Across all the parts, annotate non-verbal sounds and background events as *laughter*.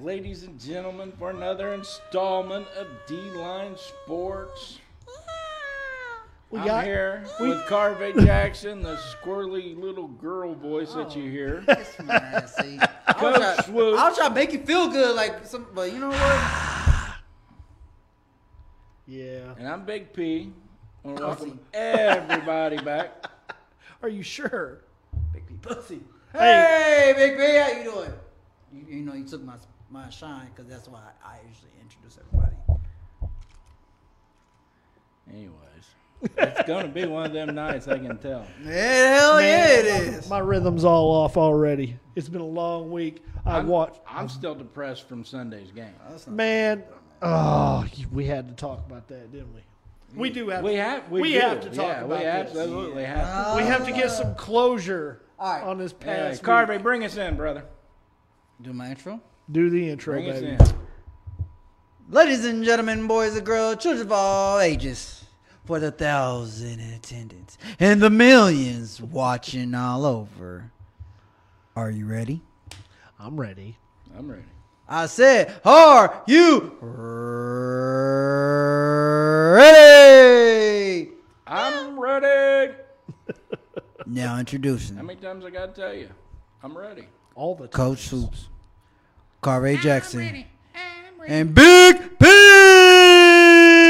ladies and gentlemen, for another installment of D Line Sports. We I'm got- here with Carvey Jackson, the squirrely little girl voice that you hear. Oh. *laughs* This man, see. I was Coach try- Swoop. I was trying to make you feel good, like some, but you know what? Yeah. And I'm Big P. I want to welcome everybody back. Are you sure? Big P pussy. Hey, Hey. Big P, how you doing? You, you know, you took my my shine because that's why I usually introduce everybody. Anyways, it's going to be one of them nights, I can tell. Yeah, hell Oh, yeah, Man, it is. My rhythm's all off already. It's been a long week. I I'm, watched. I'm still depressed from Sunday's game. That's not- Man, oh, you- we had to talk about that, didn't we? We do have. We have we, do. have to talk yeah, about we this. absolutely have. we have to get some closure All right. on this To. Anyway, past. week. Carvey, bring us in, brother. Do my intro. Do the intro, Bring us baby. in. Ladies and gentlemen, boys and girls, children of all ages, for the thousand in attendance and the millions watching all over. Are you ready? I'm ready. I'm ready. I said, are you ready? I'm ready. Now How introducing many times I got to tell you? I'm ready. All the time. Coach Swoops, Carvey Jackson, and Big P.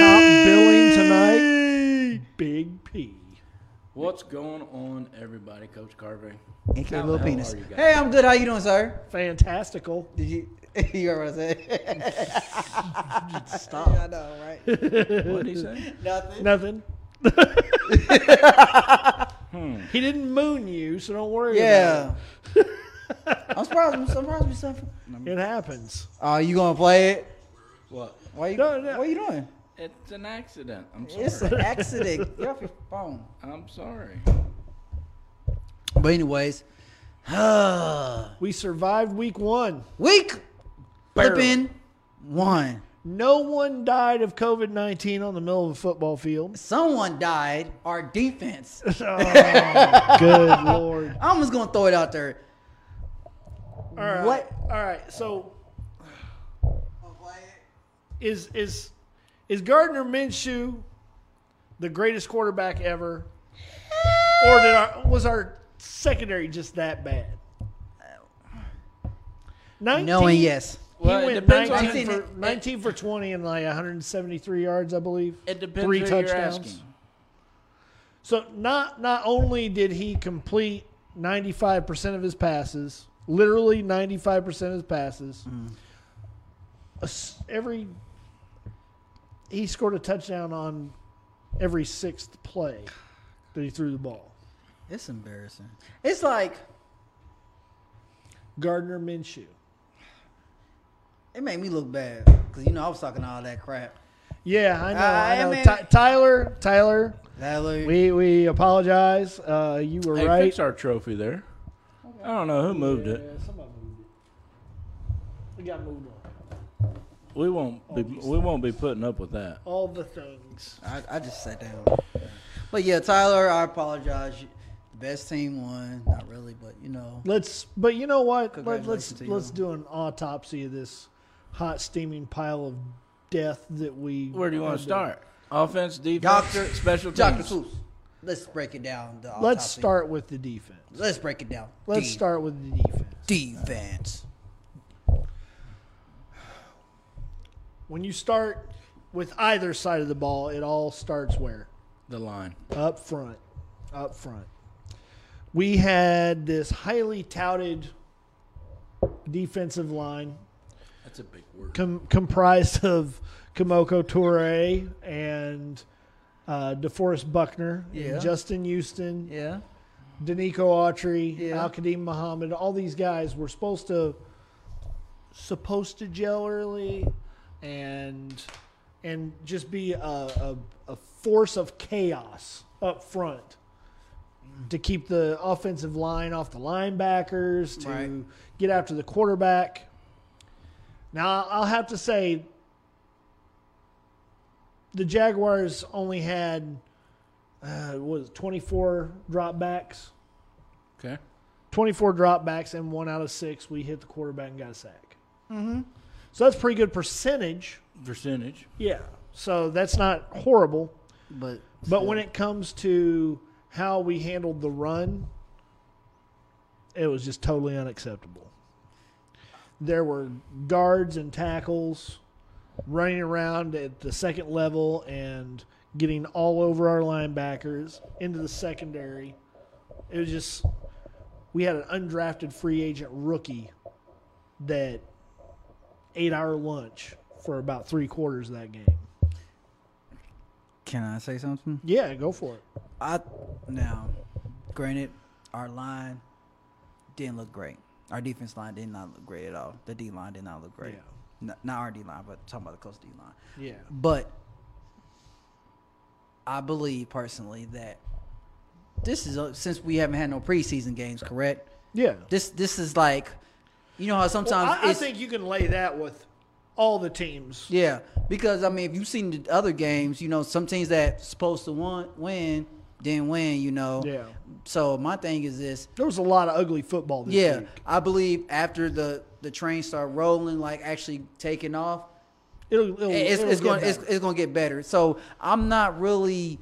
Top billing tonight. Big P. What's going on, everybody? Coach Carvey. AKA How Lil the hell Penis. are you guys? Hey, I'm good. How you doing, sir? Fantastical. Did you? *laughs* you heard what I said? Stop. I know, right? What did he say? Nothing. *laughs* Nothing. He didn't moon you, so don't worry. Yeah. About I'm surprised. I'm surprised with something. it. it happens. Oh, you gonna play it? *laughs* What? Why you? No, no. What are you doing? It's an accident. I'm It's sorry. an accident. Get off your phone. I'm sorry. But anyways, *sighs* We survived week one. week Barely. flipping one. No one died of COVID 19 on the middle of a football field. Someone died. Our *laughs* defense. *laughs* Oh, *laughs* good Lord. I'm just gonna throw it out there. All right. What? All right. So is is is Gardner Minshew the greatest quarterback ever? Or did our was our secondary just that bad? 19, No and yes. He Well, it went depends on- 19 I've for, seen it. 19 for 20 and like 173 yards, I believe. It depends Three who touchdowns. you're asking. So not not only did he complete 95% of his passes, literally 95% of his passes. a s- Every he scored a touchdown on every sixth play that he threw the ball. It's embarrassing. It's like Gardner Minshew. it made me look bad because you know I was talking all that crap. Yeah, I know. I I know. mean- Ty- Tyler, Tyler, That look- we we apologize. Uh, you were Hey, right. fix our trophy there. I don't know who moved it. Yeah, somebody moved it. We got moved on. We won't be we won't be putting up with that. All the things. I, I just sat down. But yeah, Tyler, I apologize. The best team won. Not really, but you know. Let's. But you know what? Let, Congratulations let's to you. let's do an autopsy of this hot steaming pile of death that we. Where do you want to start? Offense, defense, Doctor special teams. Doctor Seuss. Let's break it down. The Let's autopsy. start with the defense. Let's break it down. Let's D- start with the defense. defense. When you start with either side of the ball, it all starts where? The line. Up front. Up front. We had this highly touted defensive line That's a big word. com- comprised of Kamoko Toure and uh, DeForest Buckner, and Yeah. Justin Houston, Yeah. Danico Autry, Yeah. Al Qadim Muhammad. All these guys were supposed to supposed to gel early and and just be a, a, a force of chaos up front to keep the offensive line off the linebackers to Right. get after the quarterback. Now I'll have to say the Jaguars only had uh, what was it, 24 dropbacks, Okay. 24 dropbacks, and one out of six we hit the quarterback and got a sack. So that's pretty good percentage. Percentage. Yeah. So that's not horrible. But But when it comes to how we handled the run, it was just totally unacceptable. There were guards and tackles running around at the second level and getting all over our linebackers into the secondary. It was just we had an undrafted free agent rookie that ate our lunch for about three quarters of that game. can I say something? Yeah, go for it. I now, granted, our line didn't look great. Our defense line did not look great at all. The D line did not look great. Yeah. N- not our D line, but talking about the close D line. Yeah. But I believe personally that this is a, since we haven't had no preseason games, correct? Yeah. This this is like, you know how sometimes Well, I, I it's think you can lay that with all the teams. yeah because I mean if you've seen the other games, you know some teams that supposed to won, win didn't win, you know. Yeah. So my thing is this. There was a lot of ugly football this Yeah, week. I believe after the the train start rolling, like actually taking off, It'll, it'll, it's, it'll it's get going it's, better. it's going to get better. So I'm not really.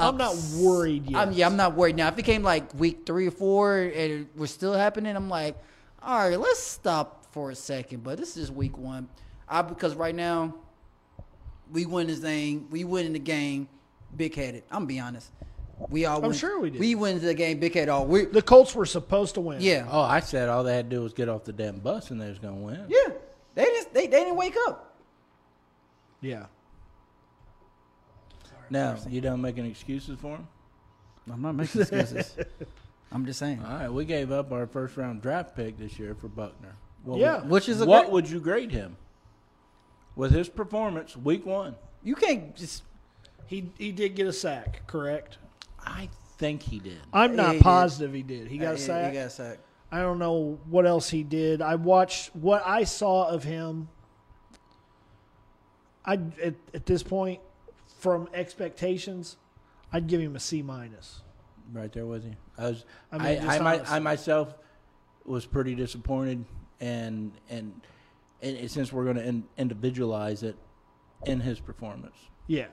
I'm not ups- worried yet. I'm, yeah, I'm not worried now. If it came like week three or four and it was still happening, I'm like, all right, let's stop for a second. But this is week one. I because right now we win this thing, we win the game, big headed. I'm gonna be honest. We all. I'm sure we did. We win the game, big headed. All we. the Colts were supposed to win. Yeah. Oh, I said all they had to do was get off the damn bus and they was gonna win. Yeah. They just they, they didn't wake up. Yeah. Now you done making excuses for them. I'm not making excuses. *laughs* I'm just saying. All right, we gave up our first round draft pick this year for Buckner. What Yeah. would- Which is a what great- would you grade him with his performance week one? You can't just. He he did get a sack, correct? I think he did. I'm Yeah, not he did. positive he did. He got a sack. You got a sack. I don't know what else he did. I watched what I saw of him. I at, at this point, from expectations, I'd give him a C minus. Right there with you. I was. I I mean, I, just my- honestly. I myself was pretty disappointed, and and, and and since we're going to in, individualize it in his performance, Yeah.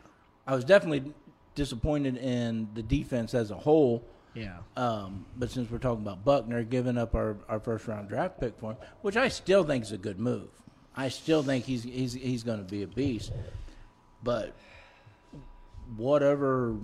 I was definitely disappointed in the defense as a whole. Yeah. Um, but since we're talking about Buckner giving up our, our first round draft pick for him, which I still think is a good move. I still think he's he's he's going to be a beast. But whatever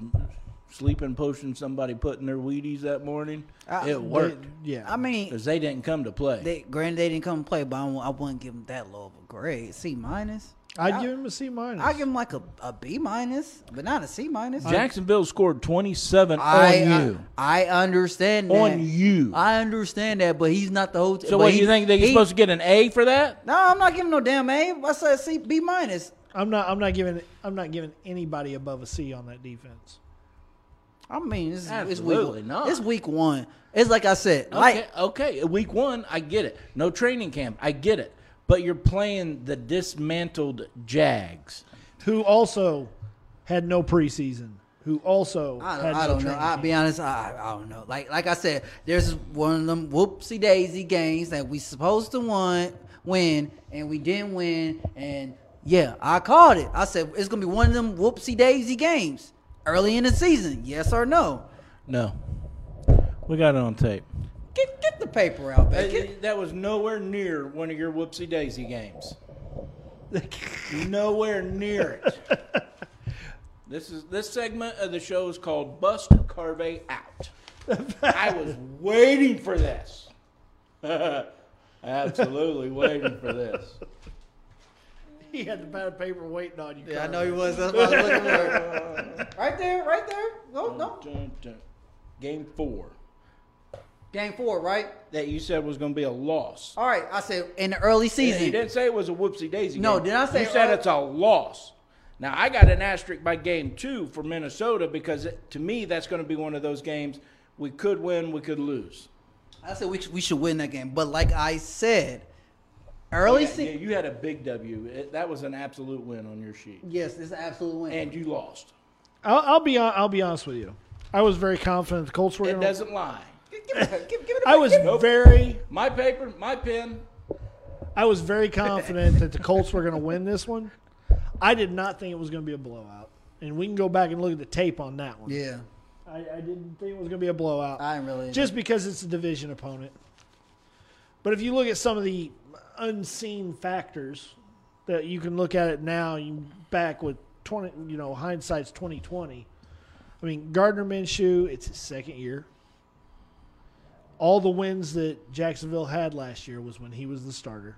sleeping potion somebody put in their Wheaties that morning, I- it worked Yeah. I mean, because they didn't come to play. Uh, they granted they didn't come play, but I, won't- I wouldn't give them that low of a grade. C minus. I'd I- give him a C minus. I give them like a, a B minus, but not a C minus. Jacksonville scored twenty seven on I, uh, you. I, I understand that. On you. I understand that, but he's not the whole. so what do you think they're supposed to get an A for that? No, I'm not giving no damn A. I said C B minus. I'm not. I'm not giving. I'm not giving anybody above a C on that defense. I mean, it's, it's week. Absolutely not. It's week one. It's like I said. Okay, Like okay. Week one, I get it. No training camp, I get it. But you're playing the dismantled Jags. Who also had no preseason. Who also I had don't, I don't no know. training I'll camp. be honest. I, I don't know. Like like I said, there's one of them whoopsie daisy games that we supposed to won, win, and we didn't win. And yeah, I called it. I said it's gonna be one of them whoopsie daisy games early in the season. Yes or no? No. We got it on tape. Get get the paper out, baby. Get- Uh, That was nowhere near one of your whoopsie daisy games. Nowhere near it. *laughs* This is this segment of the show is called Bust Carve Out. I was waiting for this. *laughs* Absolutely waiting for this. *laughs* He had the pad of paper waiting on you. yeah, I Carter. know he was. That's what I was looking for. *laughs* right there, right there. No, no. Dun, dun. Game four. Game four, right? that you said was going to be a loss. All right. I said in the early season. You didn't say it was a whoopsie daisy. No, game. did I say- you said it's a loss? Now I got an asterisk by game two for Minnesota because it, to me that's going to be one of those games we could win, we could lose. I said we, sh- we should win that game. But like I said, early Yeah, yeah, season. you had a big W. It- that was an absolute win on your sheet, Yes, it's an absolute win. and you lost. I'll, I'll be. hon- I'll be honest with you. I was very confident the Colts were. It gonna- doesn't lie. *laughs* give, give it a, give, give it a I was give- Nope. very. My paper, my pen. I was very confident that the Colts were going to win this one. I did not think it was going to be a blowout, and we can go back and look at the tape on that one. Yeah, I, I didn't think it was going to be a blowout, I really just because it's a division opponent. But if you look at some of the unseen factors that you can look at it now, you back with twenty, you know, hindsight's twenty twenty. I mean, Gardner Minshew, it's his second year. All the wins that Jacksonville had last year was when he was the starter.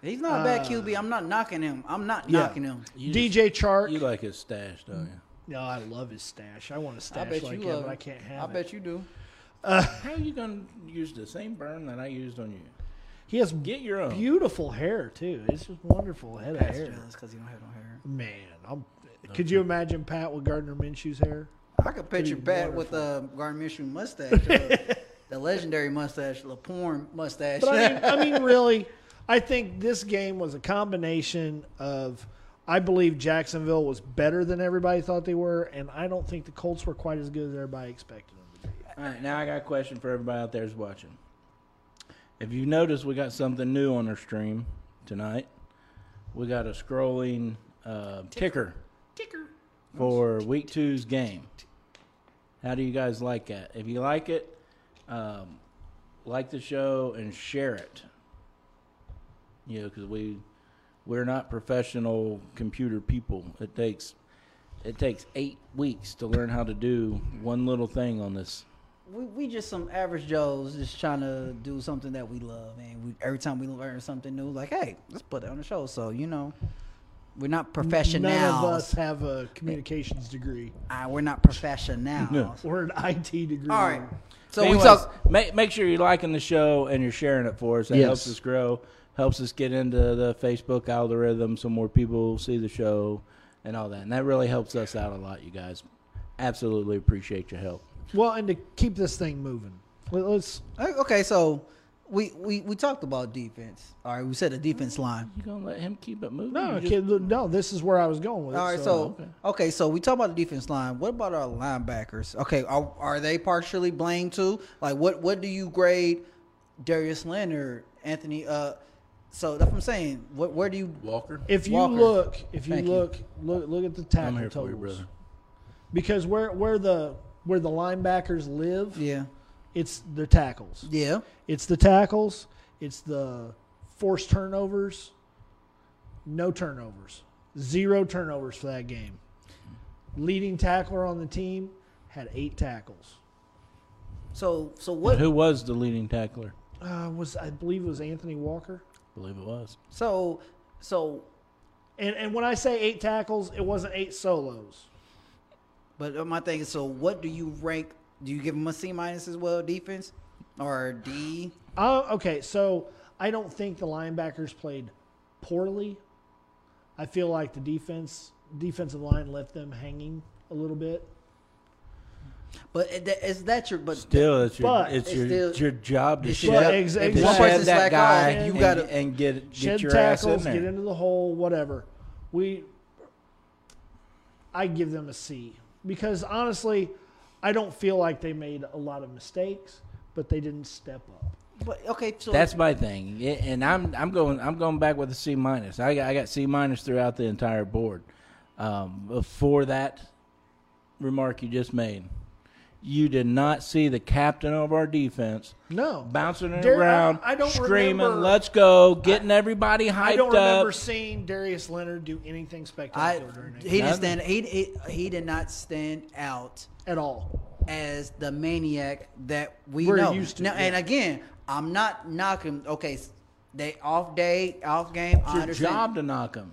He's not a bad Uh, QB. I'm not knocking him. I'm not Yeah. knocking him. You, DJ Chark. you like his stash, don't you? no, I love his stash. I want a stash like him, but I can't have I it. bet you do. How you gonna use the same burn that I used on you? He has Get your own. beautiful hair too. It's just wonderful head of hair. because you don't have no hair. Man, I'm, could you imagine Pat with Gardner Minshew's hair? I could picture Dude, Pat with a Gardner Minshew mustache, *laughs* uh, the legendary mustache, the porn mustache. But *laughs* I mean, I mean, really, I think this game was a combination of I believe Jacksonville was better than everybody thought they were, and I don't think the Colts were quite as good as everybody expected them to be. All right, now I got a question for everybody out there who's watching. If you notice, we got something new on our stream tonight. We got a scrolling uh, ticker Ticker. for week two's game. How do you guys like that? If you like it, um, like the show and share it. You know, because we we're not professional computer people. It takes it takes eight weeks to learn how to do one little thing on this. We, we just some average Joes just trying to do something that we love, and we, every time we learn something new, like, hey, let's put it on the show. So you know, we're not professionals. None of us have a communications degree Ah, we're not professionals. No. or an IT degree. All right. So Anyways, we talk. Make make sure you're liking the show and you're sharing it for us. That Yes. helps us grow. Helps us get into the Facebook algorithm, so more people see the show and all that. And that really helps us out a lot, you guys. Absolutely appreciate your help. Well, and to keep this thing moving, let- let's Uh, Okay, so we, we we talked about defense. All right, we said the defense line. You gonna let him keep it moving? No, You just- kid, look, no, this is where I was going with it. All right, so uh, okay, so we talked about the defense line. What about our linebackers? Okay, are, are they partially blamed too? Like, what what do you grade Darius Leonard, Anthony? Uh, so that's what I'm saying. What where do you? Walker. if you Walker. look, if you Thank you. look, look, look at the tackle I'm here totals. for you, brother. Because where where the where the linebackers live, Yeah, it's their tackles. yeah. It's the tackles. It's the forced turnovers. No turnovers. Zero turnovers for that game. Leading tackler on the team had eight tackles. So so But what? who was the leading tackler? Uh, was I believe it was Anthony Walker. I believe it was. So so, And and when I say eight tackles, it wasn't eight solos. but uh, my thing is, so what do you rank? Do you give them a C minus as well, defense or D? Oh, okay. So I don't think the linebackers played poorly. I feel like the defense defensive line left them hanging a little bit. But it- that- is that your? But Still, it's your But- it's it's your still- it's your job to It's shed, your- Well, ex- to exactly. shed One person's that like, guy "Oh, you and, gotta- and get Shed get your ass tackles, in there. get into the hole, whatever. We I give them a C because honestly, I don't feel like they made a lot of mistakes, but they didn't step up. but okay, so That's my thing, Yeah, and I'm I'm going I'm going back with a C minus. I got, I got C minus throughout the entire board. Um, for that remark you just made, you did not see the captain of our defense No. bouncing it Dar- I- around, I don't screaming, remember- "Let's go!" Getting everybody hyped I don't remember up. seeing Darius Leonard do anything I spectacular during that he game didn't None. stand. He, he he did not stand out at all. as the maniac that we We're know. used to, now, yeah. and again, I'm not knocking. Okay, s- they off day, off game. I It's your understand. job to knock him.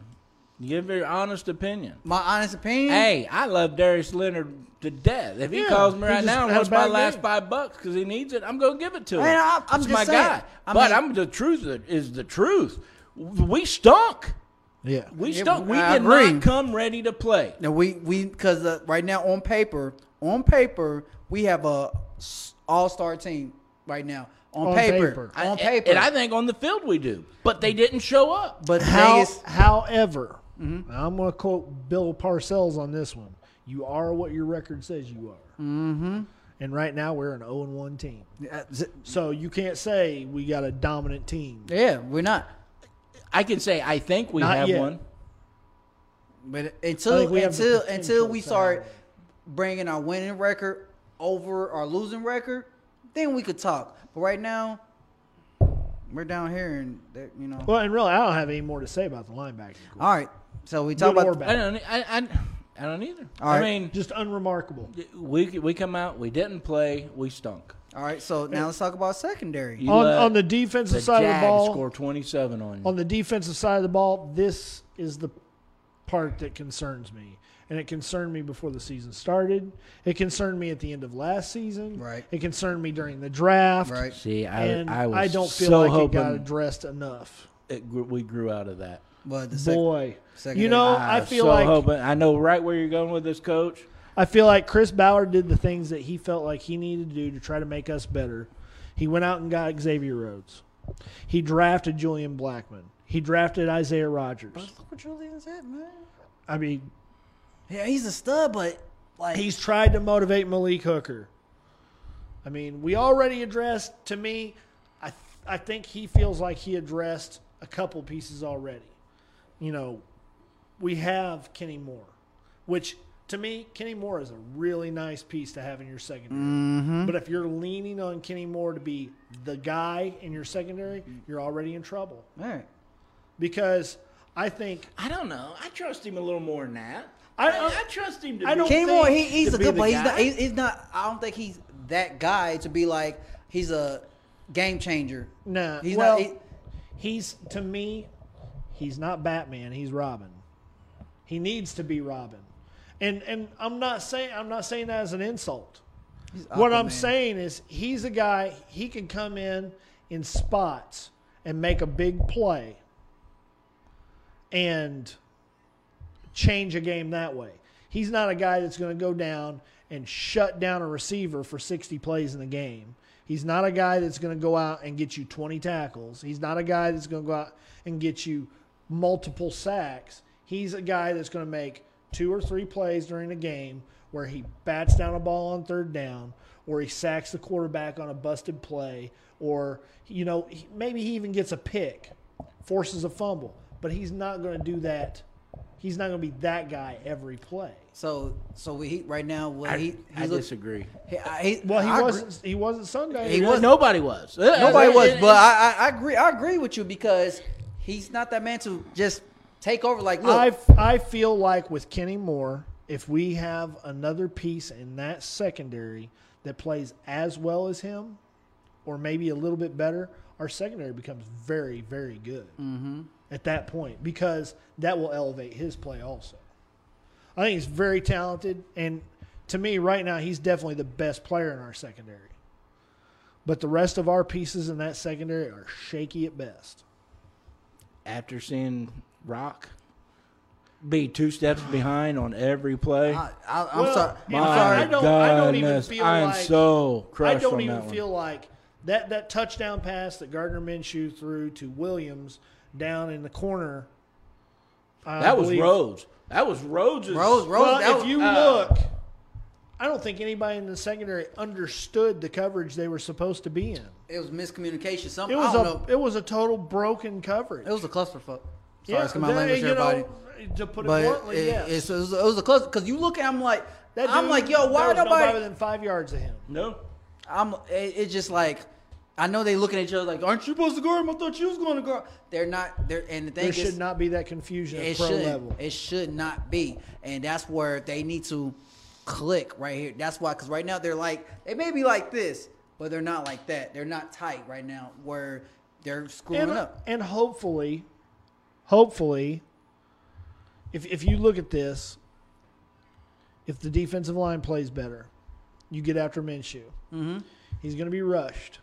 Give your honest opinion. My honest opinion. Hey, I love Darius Leonard to death. If he Yeah, calls me he right just now and had a wants my bad last game. five bucks because he needs it, I'm gonna give it to him. Man, I- I'm It's just my saying. guy. I but mean- I'm the truth is the truth. We stunk. Yeah. We Yeah, stunk. We I did agree. not come ready to play. Now we we because uh, right now on paper, on paper we have a all star team right now. On, On paper, paper. I- on paper. and I think on the field we do, but they didn't show up. but How, Vegas, however, I'm going to quote Bill Parcells on this one. You are what your record says you are. Mm-hmm. And right now we're an 0 1 team. Uh, z- So you can't say we got a dominant team. Yeah, we're not. I can say I think we Not have yet. one. But I until think we have the until potential until we to start have- bringing our winning record over our losing record, then we could talk. But right now, we're down here, and that- you know. Well, and really, I don't have any more to say about the linebacker. All right, so we talk Good or about bad. I don't. I, I, I don't either. All I right. mean, Just unremarkable. we we come out. We didn't play. We stunk. all right. So now let's talk about secondary. You On, let on the defensive the side of Jags the ball, score twenty seven on you. on the defensive side of the ball, this is the part that concerns me. And it concerned me before the season started. It concerned me at the end of last season. Right. It concerned me during the draft. Right. See, I And I I, was don't feel so like hoping it got addressed enough. it grew, we grew out of that. But the second, Boy, secondary- you know, Ah, I was feel so like hoping. I know right where you're going with this, coach. I feel like Chris Ballard did the things that he felt like he needed to do to try to make us better. He went out and got Xavier Rhodes. He drafted Julian Blackman. He drafted Isaiah Rogers. look what Julian's at, man. I mean, Yeah, he's a stud, but like he's tried to motivate Malik Hooker. I mean, we already addressed. To me, I th- I think he feels like he addressed a couple pieces already. You know, we have Kenny Moore, which to me, Kenny Moore is a really nice piece to have in your secondary. Mm-hmm. But if you're leaning on Kenny Moore to be the guy in your secondary, you're already in trouble all right. because I think I don't know. I trust him a little more than that. I- I- trust him to. I don't- Kenny Moore, he, think he's to a be good the player. He's not, guy- he- he's not. I don't think he's that guy to be like he's a game changer. Nah, he's well, not. he- he's to me, he's not Batman. He's Robin. He needs to be Robin, and and I'm not saying I'm not saying that as an insult. he's What I'm Aquaman. saying is he's a guy he can come in in spots and make a big play and change a game that way. He's not a guy that's going to go down and shut down a receiver for 60 plays in the game. He's not a guy that's going to go out and get you 20 tackles. He's not a guy that's going to go out and get you multiple sacks. He's a guy that's going to make two or three plays during a game where he bats down a ball on third down or he sacks the quarterback on a busted play or you know he- maybe he even gets a pick, forces a fumble, but he's not going to do that he's not going to be that guy every play. So, so we he, right now. What I, he, I he looks- disagree. He, I- he, Well, he I agree- wasn't. He wasn't Sunday. He was- Nobody was. Nobody was, It- it- but I, I, I agree. I agree with you because he's not that man to just take over. Like, look, I I feel like with Kenny Moore, if we have another piece in that secondary that plays as well as him, or maybe a little bit better, our secondary becomes very very good Mm-hmm. at that point because that will elevate his play also. I think he's very talented, and to me, right now, he's definitely the best player in our secondary. But the rest of our pieces in that secondary are shaky at best. after seeing Rock be two steps behind on every play. I, I, I'm Well, sorry. yeah, I'm My sorry. I don't- I don't even goodness, feel I'm like- so crushed I don't on even that one. feel like that that touchdown pass that Gardner Minshew threw to Williams down in the corner. I that was believe- Rhodes. That was Rhodes. Rhodes, Rhodes, Well, that if was- you uh, look, I don't think anybody in the secondary understood the coverage they were supposed to be in. it was miscommunication. It Something I was a don't know. it was a total broken coverage. It was a clusterfuck. Sorry, Yeah, it's my that- language, you know, everybody. to put it but bluntly, it, yes. it's- it, was, it was a cluster because you look at. I'm like, That I'm dude- like, yo, why there was nobody? nobody within five yards of him? No. I'm. It, it's just like. I know they looking at each other like, "Aren't you supposed to guard him? I thought you was going to guard." him." They're not. They're and the thing There is, should not be that confusion at it pro should level. it should not be and that's where they need to click right here that's why because right now they're like they may be like this but they're not like that they're not tight right now where they're screwing and, up and hopefully, hopefully, if if you look at this, if the defensive line plays better, you get after Minshew. He's going to be rushed.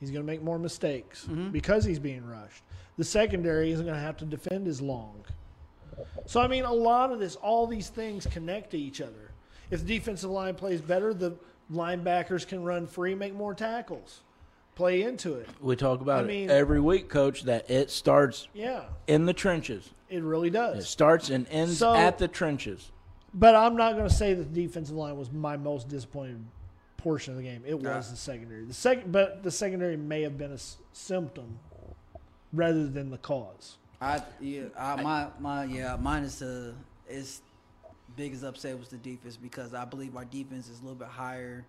He's going to make more mistakes because he's being rushed. The secondary isn't going to have to defend as long. So I mean, a lot of this, all these things connect to each other. If the defensive line plays better, the linebackers can run free, make more tackles, play into it. We talk about I mean- it every week, Coach. That it starts Yeah. in the trenches. It really It does. starts and ends So- at the trenches. But I'm not going to say that the defensive line was my most disappointed portion of the game. It was the secondary. The second, but the secondary may have been a s- symptom rather than the cause. I yeah, I, my my yeah, mine is uh, the is biggest upset was the defense because I believe our defense is a little bit higher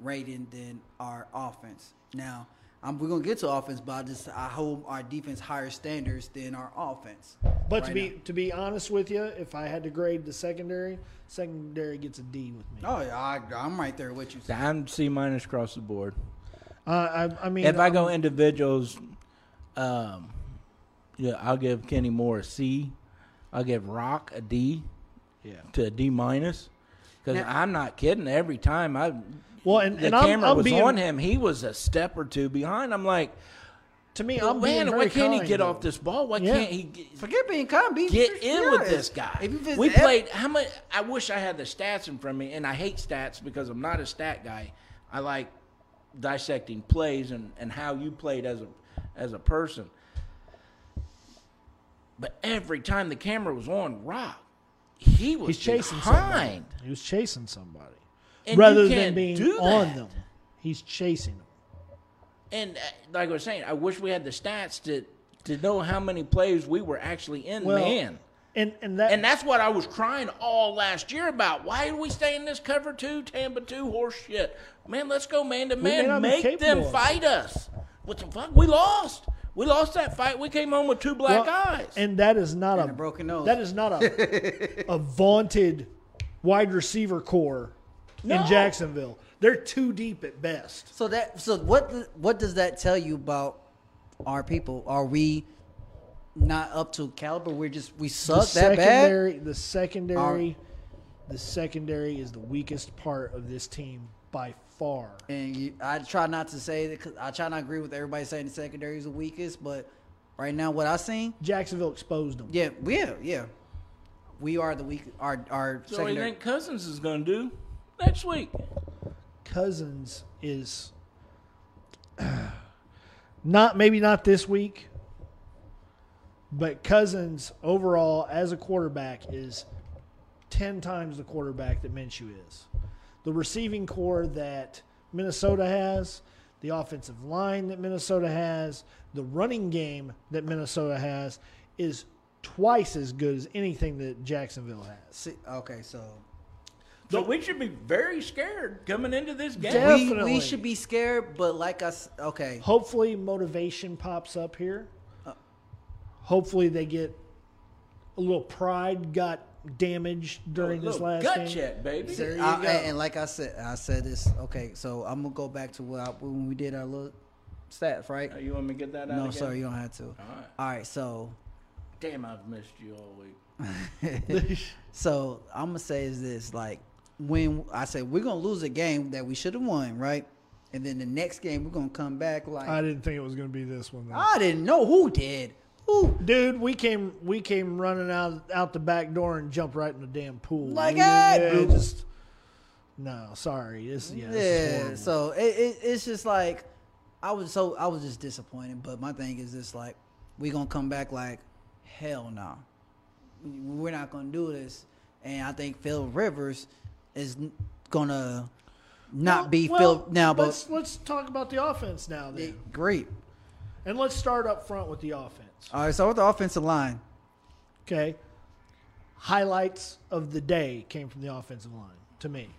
rated than our offense. Now I'm, we're gonna get to offense, but I just I hold our defense higher standards than our offense. But to right be to be honest with you, if I had to grade the secondary, secondary gets a D with me. now. oh yeah, I, I'm right there with you. I'm C minus across the board. Uh, I, I mean, if I go I'm- individuals, um, yeah, I'll give Kenny Moore a C. I'll give Rock a D yeah. to a D minus. Because Now- I'm not kidding. Every time I Well, and, the and I'm, camera I'm was being, on him, he was a step or two behind. I'm like, To me, I'm being man, very why can't kind, he get though. off this ball? Why Yeah. can't he get, Forget being kind, be get just be in with honest. this guy. If you we ev- played how much? I wish I had the stats in front of me, and I hate stats because I'm not a stat guy. I like dissecting plays and, and how you played as a as a person. But every time the camera was on Rock, he was He's chasing behind. somebody. He was chasing somebody And you rather than can't being do on that. them. He's chasing them. And uh, like I was saying, I wish we had the stats to to know how many plays we were actually in Well, man. and and that And that's what I was crying all last year about. Why do we stay in this cover two, Tampa two horse shit? Man, let's go man to may man. not be Make capable them of it. fight us. What the fuck? We lost. We lost that fight. We came home with two black Well, eyes. And that is not And a a broken nose. That is not a *laughs* a vaunted wide receiver core in No. Jacksonville. They're too deep at best. So that so what what does that tell you about our people? Are we not up to caliber? We're just we The suck that bad. secondary, the secondary, the secondary is the weakest part of this team by far. And you, I try not to say that 'cause I try not to agree with everybody saying the secondary is the weakest, but right now what I seen, Jacksonville exposed them. yeah, we- yeah, yeah, we are the weak. Our our so what do you secondary. think Cousins is going to do next week? Cousins is *clears throat* not maybe not this week, but Cousins overall as a quarterback is ten times the quarterback that Minshew is. The receiving core that Minnesota has, the offensive line that Minnesota has, the running game that Minnesota has is twice as good as anything that Jacksonville has. See, okay, so So we should be very scared coming into this game. Damn. we, Definitely. we should be scared, but like I s- okay, Hopefully, motivation pops up here. Hopefully, they get a little pride got damaged Oh, during this Little last gut game. check, baby. There you I- go. and, and like I said, I said this. Okay, so I'm gonna go back to what I, when we did our little stats, right? Oh, you want me to get that out? No, again? Oh. sorry, you don't have to. All right. so Damn, I've missed you all week. so I'm gonna say is this like when I say we're gonna lose a game that we should have won, right? And then the next game we're gonna come back like I I, didn't think it was going to be this one, though. didn't know who did. Who Ah. dude. We came, we came running out out the back door and jumped right in the damn pool. Like We- that, yeah, dude. just no, sorry. This, yeah, yeah, this is horrible. so it, it, it's just like I was so I was just disappointed. But my thing is this like we gonna come back like hell no. We're not gonna do this. And I think Phil Rivers is n- gonna not be Well, Phil now, but let's let's talk about the offense now, Yeah, then, Great. and let's start up front with the offense. All right, so with the offensive line, Okay. Highlights of the day came from the offensive line to me.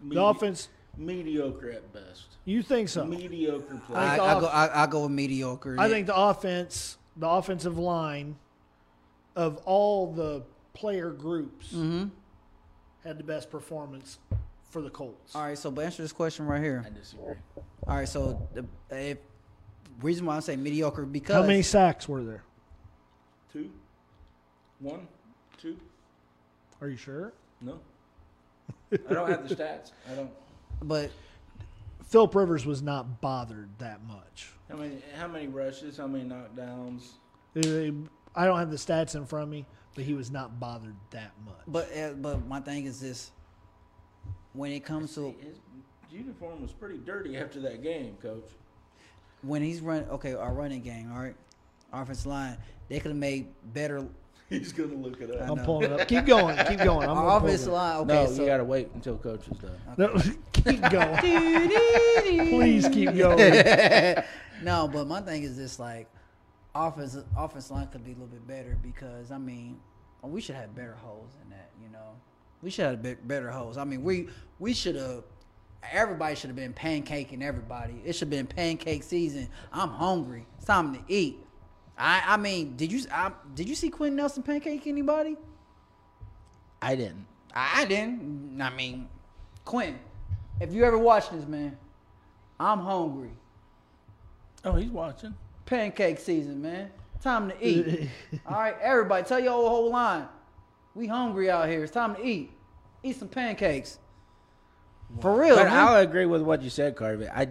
The Medi- offense, mediocre at best. you think so? Mediocre play. I I, think I off- go I, I go with mediocre. I think the offense, the offensive line of all the player groups Mm-hmm. had the best performance for the Colts. All right, so but answer this question right here. I disagree. All right, so the if, reason why I say mediocre because How many sacks were there? Two, one, two. Are you sure? No, I don't have the stats. I don't. but Philip Rivers was not bothered that much. How many? How many rushes? How many knockdowns? Uh, I don't have the stats in front of me, but he was not bothered that much. but uh, but my thing is this: when it comes to His uniform was pretty dirty after that game, Coach. *laughs* when he's run okay, our running game, all right, our offensive line, they could have made better He's gonna look it I'm up. know. pulling it up. Keep going. Keep going. I'm gonna pull Office it up. line. Okay, No, so you gotta wait until coach is done. No, *laughs* keep going. Please *laughs* keep *laughs* going. no, but my thing is this: like, offense offense line could be a little bit better because I mean, we should have better holes in that. You know, we should have be- better holes. I mean, we we should have. Everybody should have been pancaking everybody. It should have been pancake season. I'm hungry. It's time to eat. I I mean, did you I, did you see Quentin Nelson pancake anybody? I didn't. I didn't. I mean, Quentin, if you ever watch this, man, I'm hungry. Oh, he's watching. Pancake season, man. Time to eat. *laughs* All right, everybody, tell your whole line. We hungry out here. It's time to eat. Eat some pancakes. For real. But man. I'll agree with what you said, Carvey. I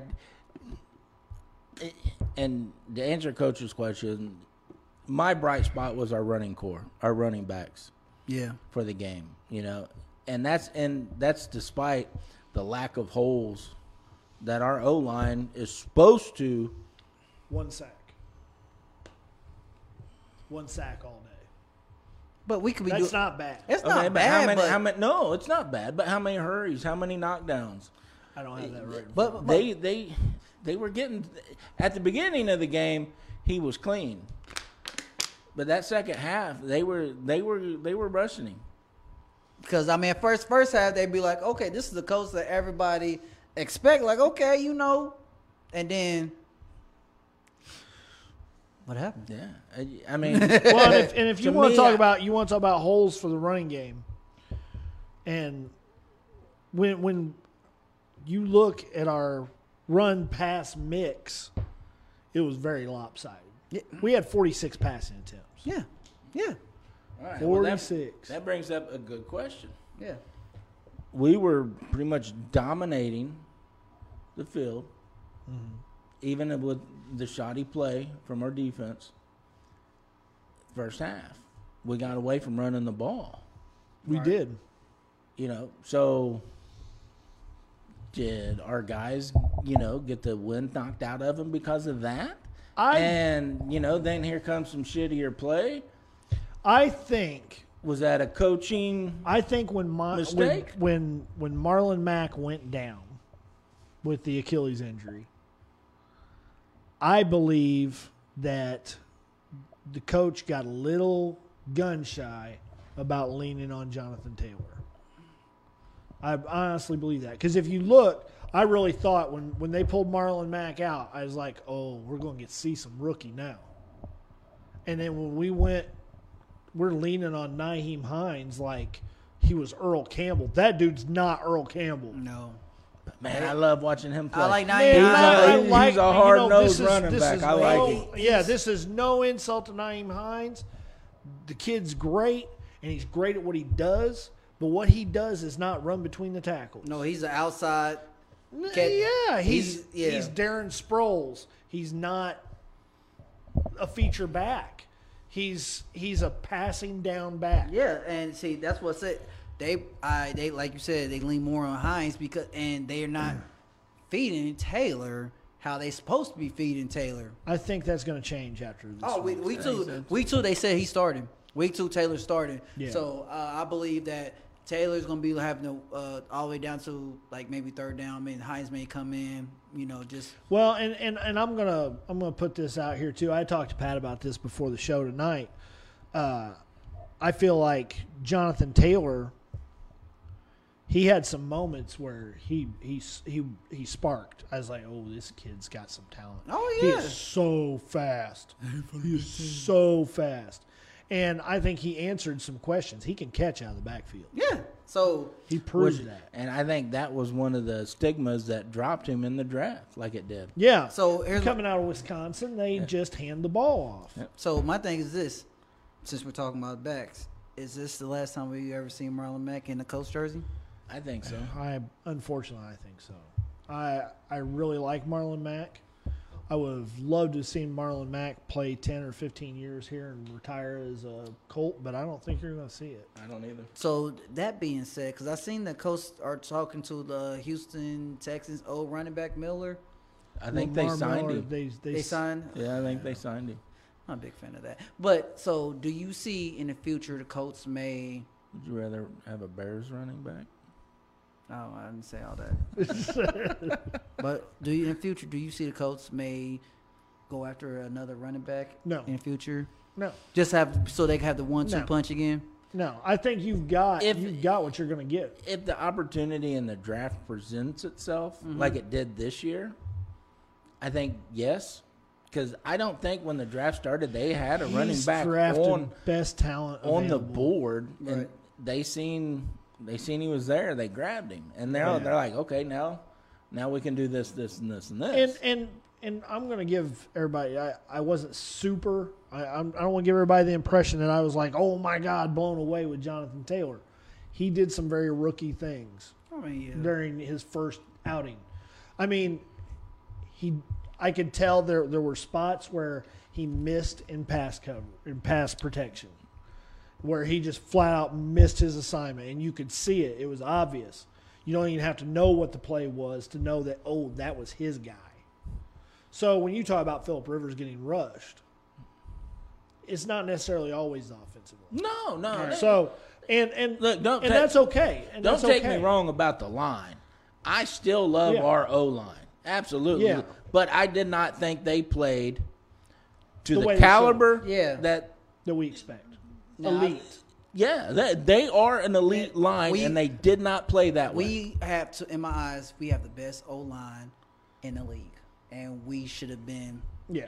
and to answer coach's question, my bright spot was our running core, our running backs yeah. for the game. You know, and that's and that's despite the lack of holes that our O line is supposed to. One sack. One sack all day. But we could be doing. That's not bad. it's Okay, not but bad, how many, but, how many, no, it's not bad. But how many hurries? How many knockdowns? I don't have that right. but, but they they they were getting at the beginning of the game he was clean but that second half they were they were they were rushing him Because I mean, first first half they'd be like, okay, this is the coach that everybody expect. Like, okay, you know, and then what happened? yeah I- i *laughs* mean Well, and if, and if To you want me, to talk I- about you want to talk about holes for the running game, and when when you look at our run pass mix, it was very lopsided. Yeah. We had forty six passing attempts. Yeah, yeah, all right, well, that- Forty six. that brings up a good question yeah. we were pretty much dominating the field, Mm-hmm. even with the shoddy play from our defense. First half, we got away from running the ball. we did. You know, so did our guys, you know, get the wind knocked out of them because of that? I- and you know, then here comes some shittier play. I think Was that a coaching? I think when Mon- when, Mistake? when when Marlon Mack went down with the Achilles injury, I believe that the coach got a little gun shy about leaning on Jonathan Taylor. I honestly believe that because if you look, I really thought when when they pulled Marlon Mack out, I was like, oh, we're going to get see some rookie now. And then when we went we're leaning on Naheem Hines like he was Earl Campbell. That dude's not Earl Campbell. No, Man, I love watching him play. I like Man, He's Naeem a- I- I he's Hines. like- a you know, hard-nosed this is- running this back. is I like no- it. Yeah, this is no insult to Naeem Hines. The kid's great, and he's great at what he does. But what he does is not run between the tackles. No, he's an outside. N- Cat- yeah, he's he's- yeah. he's Darren Sproles. He's not a feature back. He's he's a passing down back. Yeah, and see that's what's it. They, I, they like you said, they lean more on Hines because, and they are not feeding Taylor how they supposed to be feeding Taylor. I think that's going to change after this. Oh, week. week, week two, week two, they said he started. Week two, Taylor started. Yeah. So uh, I believe that Taylor's gonna be having to uh, all the way down to like maybe third down. Maybe Hines may come in. You know, just Well, and, and, and I'm gonna I'm gonna put this out here too. I talked to Pat about this before the show tonight. Uh, I feel like Jonathan Taylor. He had some moments where he he s- he he sparked. I was like, "Oh, this kid's got some talent. Oh, he yeah. is so fast. he is so fast." And I think he answered some questions. He can catch out of the backfield. yeah. So He proved Which- that. And I think that was one of the stigmas that dropped him in the draft, like it did. Yeah. so here's coming out of Wisconsin, they just hand the ball off. So my thing is this: since we're talking about backs, is this the last time we ever seen Marlon Mack in the coach jersey? I think so. I unfortunately I think so. I I really like Marlon Mack. I would have loved to have seen Marlon Mack play ten or fifteen years here and retire as a Colt, but I don't think you're going to see it. I don't either. So that being said, because I seen the coach are talking to the Houston Texans old running back Miller. I think Lamar they signed Miller, him. They, they, They signed. yeah, I think they signed him. I'm a big fan of that. But so, do you see in the future the Colts may? Would you rather have a Bears running back? Oh, I didn't say all that. *laughs* but do you in the future do you see the Colts may go after another running back? No. In the future, No, just have so they can have the one-two No. punch again. no. I think you've got If- you've got what you're going to get. If the opportunity in the draft presents itself, like it did this year, I think yes. Because I don't think when the draft started they had a running He's back drafted on best talent on the available. board, and Right. they seen they seen he was there. They grabbed him, and now Yeah. they're like, okay, now now we can do this, this, and this, and this. and and and I'm gonna give everybody. I, I wasn't super. I I'm, I don't want to give everybody the impression that I was like, oh my god, blown away with Jonathan Taylor. He did some very rookie things I mean, yeah. during his first outing. I mean, he I could tell there there were spots where he missed in pass cover in pass protection, where he just flat out missed his assignment, and you could see it. It was obvious. You don't even have to know what the play was to know that oh that was his guy. So when you talk about Philip Rivers getting rushed, it's not necessarily always the offensive line. no, no. that- So and and Look, don't and take- that's okay. And Don't that's take okay. me wrong about the line. I still love Yeah. our O line, absolutely. Yeah. But I did not think they played to The the, way they should. caliber Yeah. that. that we expect. Now, I- Elite. Yeah, that, they are an elite line, we- and they did not play that way. We have to, in my eyes, we have the best O line in the league, and we should have been Yeah.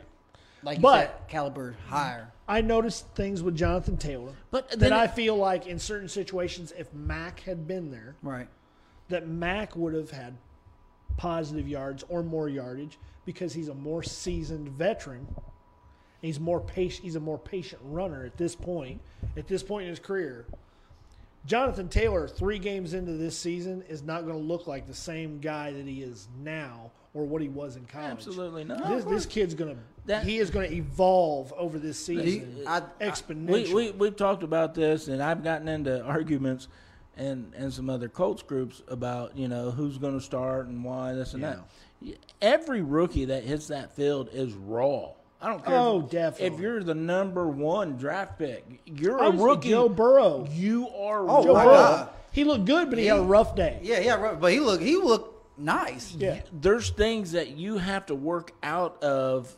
like you But- said, caliber higher. I noticed things with Jonathan Taylor But then that I it- feel like in certain situations, if Mac had been there, Right. that Mac would have had positive yards or more yardage because he's a more seasoned veteran. He's more patient. He's a more patient runner at this point. At this point in his career, Jonathan Taylor, three games into this season, is not going to look like the same guy that he is now or what he was in college. Absolutely not. This, this kid's going to. That- He is going to evolve over this season. You- I- I- exponentially. we, we we've talked about this, and I've gotten into *laughs* arguments and and some other Colts groups about you know who's going to start and why this and that. Every rookie that hits that field is raw. I don't care. Oh, if, definitely. If you're the number one draft pick, you're I a was with rookie. Joe Burrow. You are. Oh, raw. Joe my Burrow. God. He looked good, but he, had a rough day. Yeah, yeah, right. But he looked, he looked nice. Yeah. There's things that you have to work out of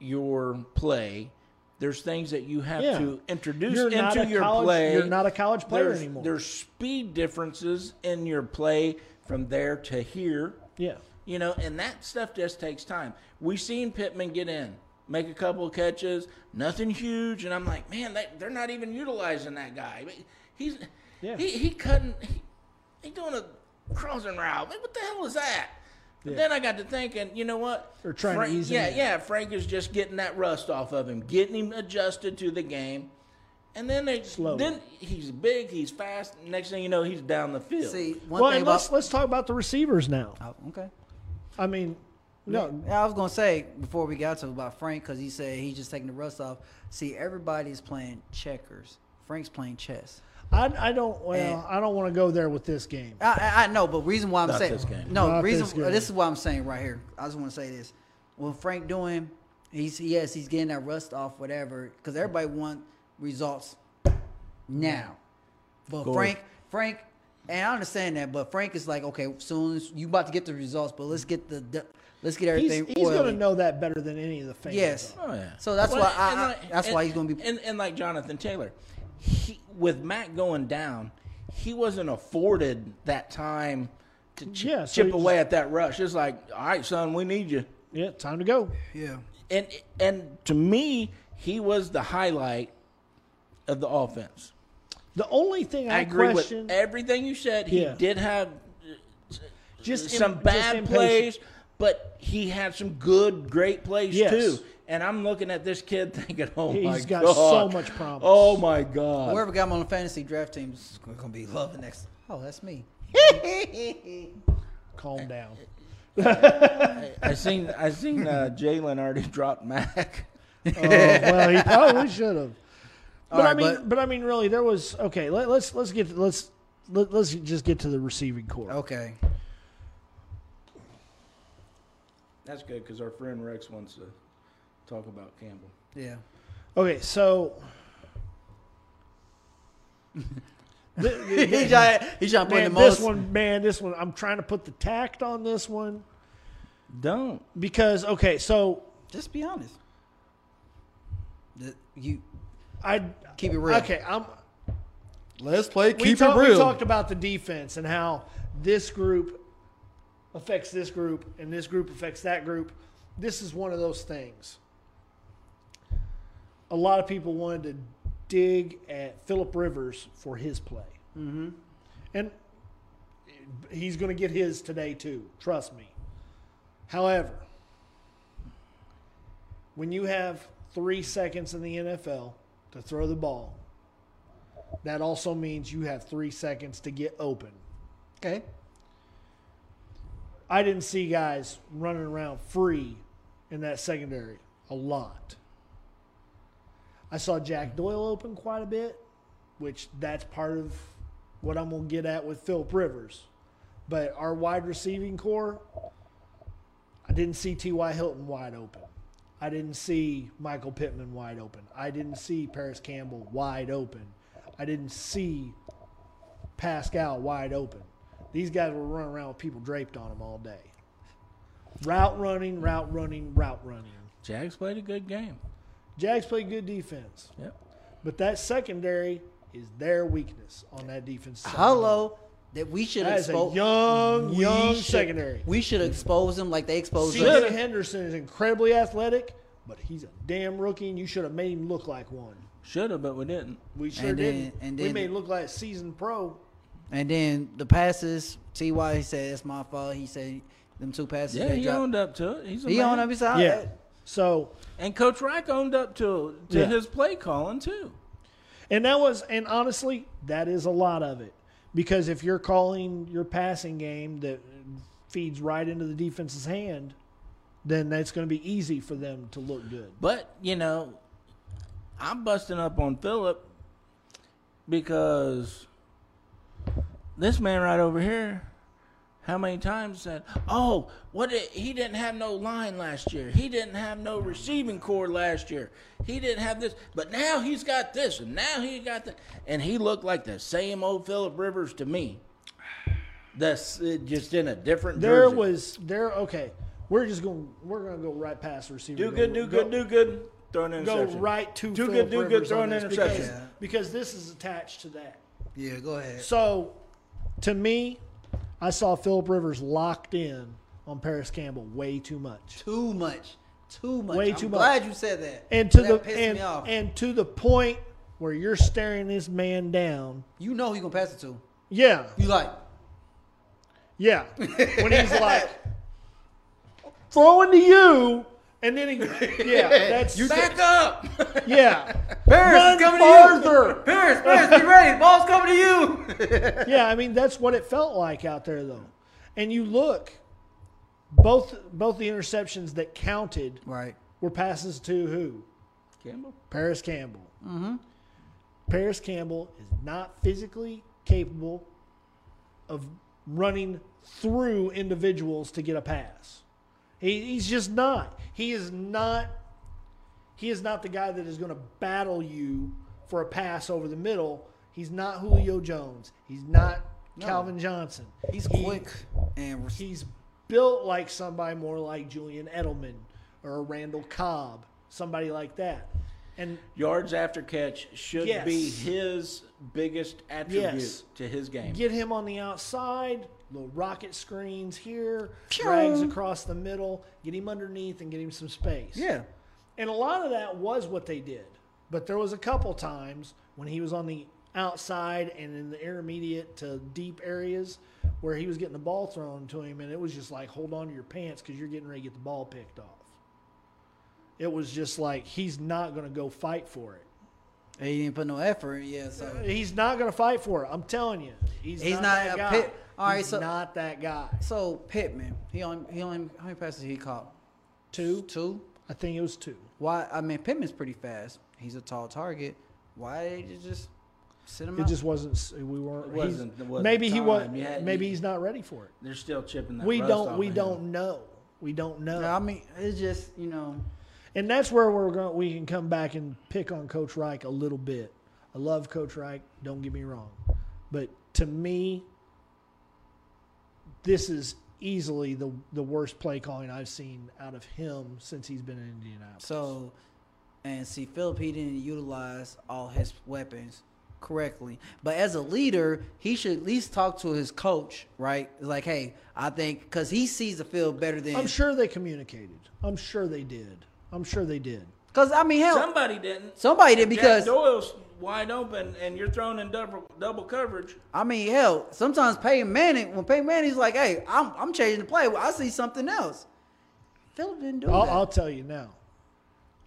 your play. There's things that you have Yeah. to introduce You're into not a your college- play. you're not a college player there's, anymore. There's speed differences in your play from there to here. Yeah. You know, and that stuff just takes time. we seen Pittman get in, make a couple of catches, nothing huge, and I'm like, man, they, they're not even utilizing that guy. But He's Yeah. he he cutting he, he doing a crossing route. Like, what the hell is that? But Yeah. Then I got to thinking, you know what? They're trying to Frank, ease him yeah, in. yeah. Frank is just getting that rust off of him, getting him adjusted to the game, and then they Slowly. then he's big, he's fast. Next thing you know, he's down the field. See, one Well, thing and let's about let's talk about the receivers now. oh, okay. I mean, no, Yeah, I was gonna say before we got to about Frank because he said he's just taking the rust off. See, everybody's playing checkers. Frank's playing chess. I, I don't. Well, And- I don't want to go there with this game. I, I, I know, but reason why I'm Not saying this game. no Not reason this game. this is what I'm saying right here. I just want to say this: when Frank doing, he's yes, he's getting that rust off, whatever, because everybody want results now. But Go Frank, Frank, and I understand that, but Frank is like, okay, soon as you about to get the results, but let's get the, the let's get He's, everything. he's going to oily. know that better than any of the fans. Yes. are. Oh yeah. So that's Well, why I, and I- like- that's and- why he's going to be. and, and like Jonathan Taylor, he, with Matt going down, he wasn't afforded that time to ch- Yeah, so chip he away at that rush. It's like, all right, son, we need you. Yeah. Time to go. yeah. And and to me, he was the highlight of the offense. The only thing I, I agree question, with everything you said. He Yeah. did have uh, Just im- some just bad impatient. plays, but he had some good, great plays Yes. too. And I'm looking at this kid *laughs* thinking, "Oh He's my got god, so much promise. Oh my god, Whoever got him on the fantasy draft team is going to be loving next. Oh, that's *laughs* me. calm down. I seen I seen uh, Jalen already *laughs* drop Mac. Oh, *laughs* well, he probably should have. But I right, mean, but, but- I mean, really, there was okay. Let, let's let's get let's let, let's just get to the receiving core. Okay. That's good because our friend Rex wants to Talk about Campbell. *laughs* Yeah. *laughs* Okay, so he's trying, he's trying to put in the man, most. this one, man, this one, I'm trying to put the tact on this one Don't. because okay, so Just be honest. The- You I keep it real. Okay, I'm. Let's play. we, talk, we talked about the defense and how this group affects this group and this group affects that group. This is one of those things. A lot of people wanted to dig at Philip Rivers for his play. Mm-hmm. And he's going to get his today, too. Trust me. However, when you have three seconds in the NFL to throw the ball, that also means you have three seconds to get open. Okay. I didn't see guys running around free in that secondary a lot. I saw Jack Doyle open quite a bit, which that's part of what I'm going to get at with Philip Rivers. But our wide receiving core, I didn't see T.Y. Hilton wide open. I didn't see Michael Pittman wide open. I didn't see Paris Campbell wide open. I didn't see Pascal wide open. These guys were running around with people draped on them all day. Route running, route running, route running. Jags played a good game. Jags play good defense, Yep. but that secondary is their weakness on that defense. side. Hello. That we should That is a expose. young, we young should- secondary. We should expose them like they exposed us. CJ Henderson is incredibly athletic, but he's a damn rookie, and you should have made him look like one. Should have, but we didn't. We sure And then- didn't. and we then- made him look like a seasoned pro. And then the passes. Ty he said it's my fault. He said them two passes. Yeah, they he dropped. owned up to it. He's a He man. owned up. He said, Yeah. So And Coach Reich owned up to to Yeah. his play calling too. And that was, and honestly, that is a lot of it. Because if you're calling your passing game that feeds right into the defense's hand, then that's going to be easy for them to look good. But you know, I'm busting up on Philip because this man right over here, how many times said, "Oh, what? Did, he didn't have no line last year. He didn't have no receiving core last year. He didn't have this. But now he's got this, and now he got that, and he looked like the same old Philip Rivers to me. That's uh, just in a different. There jersey. was there. Okay, we're just going. to We're going to go right past the receiver. do good, do Go- good, do good. Throw an Go interception. right to Do good, Phillip do good, Rivers throw on an this because- interception. Yeah. because this is attached to that. yeah, go ahead. So, to me, I saw Philip Rivers locked in on Paris Campbell way too much. Too much. Too much. Way I'm too much. glad you said that. and to that the pissed and, me off. and to the point where you're staring this man down. you know who you gonna pass it to. Yeah, You like yeah. When he's *laughs* like throwing to you, and *laughs* then he, yeah, *laughs* that's you back. back up. yeah, Paris Run is coming to farther. you. Paris, Paris, be ready. The ball's coming to you. *laughs* yeah. I mean, that's what it felt like out there, though. And you look, both both the interceptions that counted right. were passes to who? Campbell. Paris Campbell. Mm-hmm. Paris Campbell is not physically capable of running through individuals to get a pass. He, he's just not. He is not. He is not the guy that is going to battle you for a pass over the middle. He's not Julio Jones. He's not Calvin Johnson. He's He- quick and we're he's built like somebody more like Julian Edelman or a Randall Cobb, somebody like that. And Yards after catch should Yes. be his biggest attribute Yes. to his game. Get him on the outside, little rocket screens here, Phew. drags across the middle, get him underneath and get him some space. yeah. And a lot of that was what they did. But there was a couple times when he was on the outside and in the intermediate to deep areas where he was getting the ball thrown to him and it was just like hold on to your pants cuz you're getting ready to get the ball picked off. It was just like he's not going to go fight for it. And he didn't put no effort. Yeah. So He's not going to fight for it. I'm telling you. He's, He's not, not that a guy. pit- all right, He's so- not that guy. so Pittman, he only he only how many passes he caught? Two. Two. I think it was two. Why? I mean, Pittman's pretty fast. He's a tall target. Why did you just sit him It out? just wasn't. s- We weren't. It he's- wasn't- it wasn't maybe he time. was. You had- Maybe you- he's not ready for it. They're still chipping that. We rust off don't. of We him. don't know. We don't know. I mean, it's just you know. and that's where we're going. We can come back and pick on Coach Reich a little bit. I love Coach Reich. Don't get me wrong, but to me, this is easily the the worst play calling I've seen out of him since he's been in Indianapolis. So, and see, Philip, he didn't utilize all his weapons correctly. But as a leader, he should at least talk to his coach, right? Like, hey, I think, because he sees the field better than. I'm sure they communicated. I'm sure they did. I'm sure they did. Because, I mean, hell, Somebody didn't. somebody did because. Jack Doyle's wide open, and you're thrown in double double coverage. I mean, hell, sometimes Peyton Manning, when Peyton Manning's like, hey, I'm, I'm changing the play, I see something else. Philip didn't do I'll, that. I'll tell you now.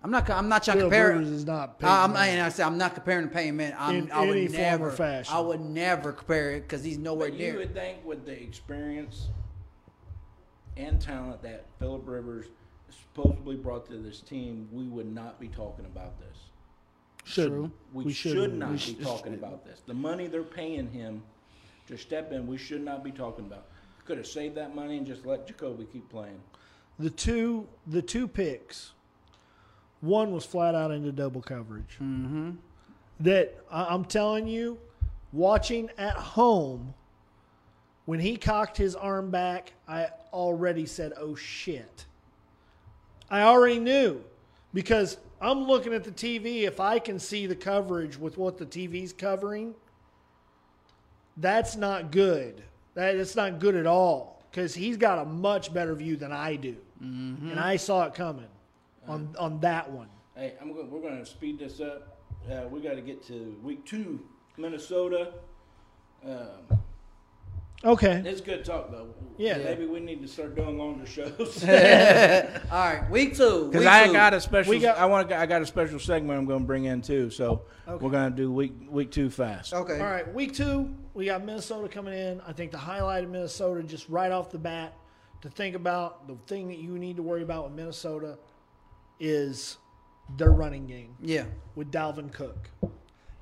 I'm not. I'm not trying to Phil compare. Rivers is not. Peyton I'm, Manning. and I say I'm not comparing to Peyton Manning. I'm, In I would any form or never, fashion. I would never compare it because he's nowhere But you near. would think with the experience and talent that Philip Rivers supposedly brought to this team, we would not be talking about this. Shouldn't. True. We, shouldn't. should not We be sh- talking about this. The money they're paying him to step in, we should not be talking about. Could have saved that money and just let Jacoby keep playing. the two the two picks. One was flat out into double coverage. Mm-hmm. That I, I'm telling you, watching at home, when he cocked his arm back, I already said, "Oh shit." I already knew because I'm looking at the TV. If I can see the coverage with what the TV's covering, that's not good. That it's not good at all because he's got a much better view than I do, and I saw it coming on on that one. Hey, I'm going. We're going to speed this up. Uh, we got to get to week two, Minnesota. Um, Okay, it's good talk though. Yeah. maybe we need to start doing longer *laughs* shows. All right, week *laughs* two. Because week I two. got a special. We got- I want. I got a special segment I'm going to bring in too. So Okay. we're going to do week week two fast. Okay. all right. Week two, we got Minnesota coming in. I think the highlight of Minnesota, just right off the bat, to think about the thing that you need to worry about with Minnesota is their running game. Yeah. with Dalvin Cook.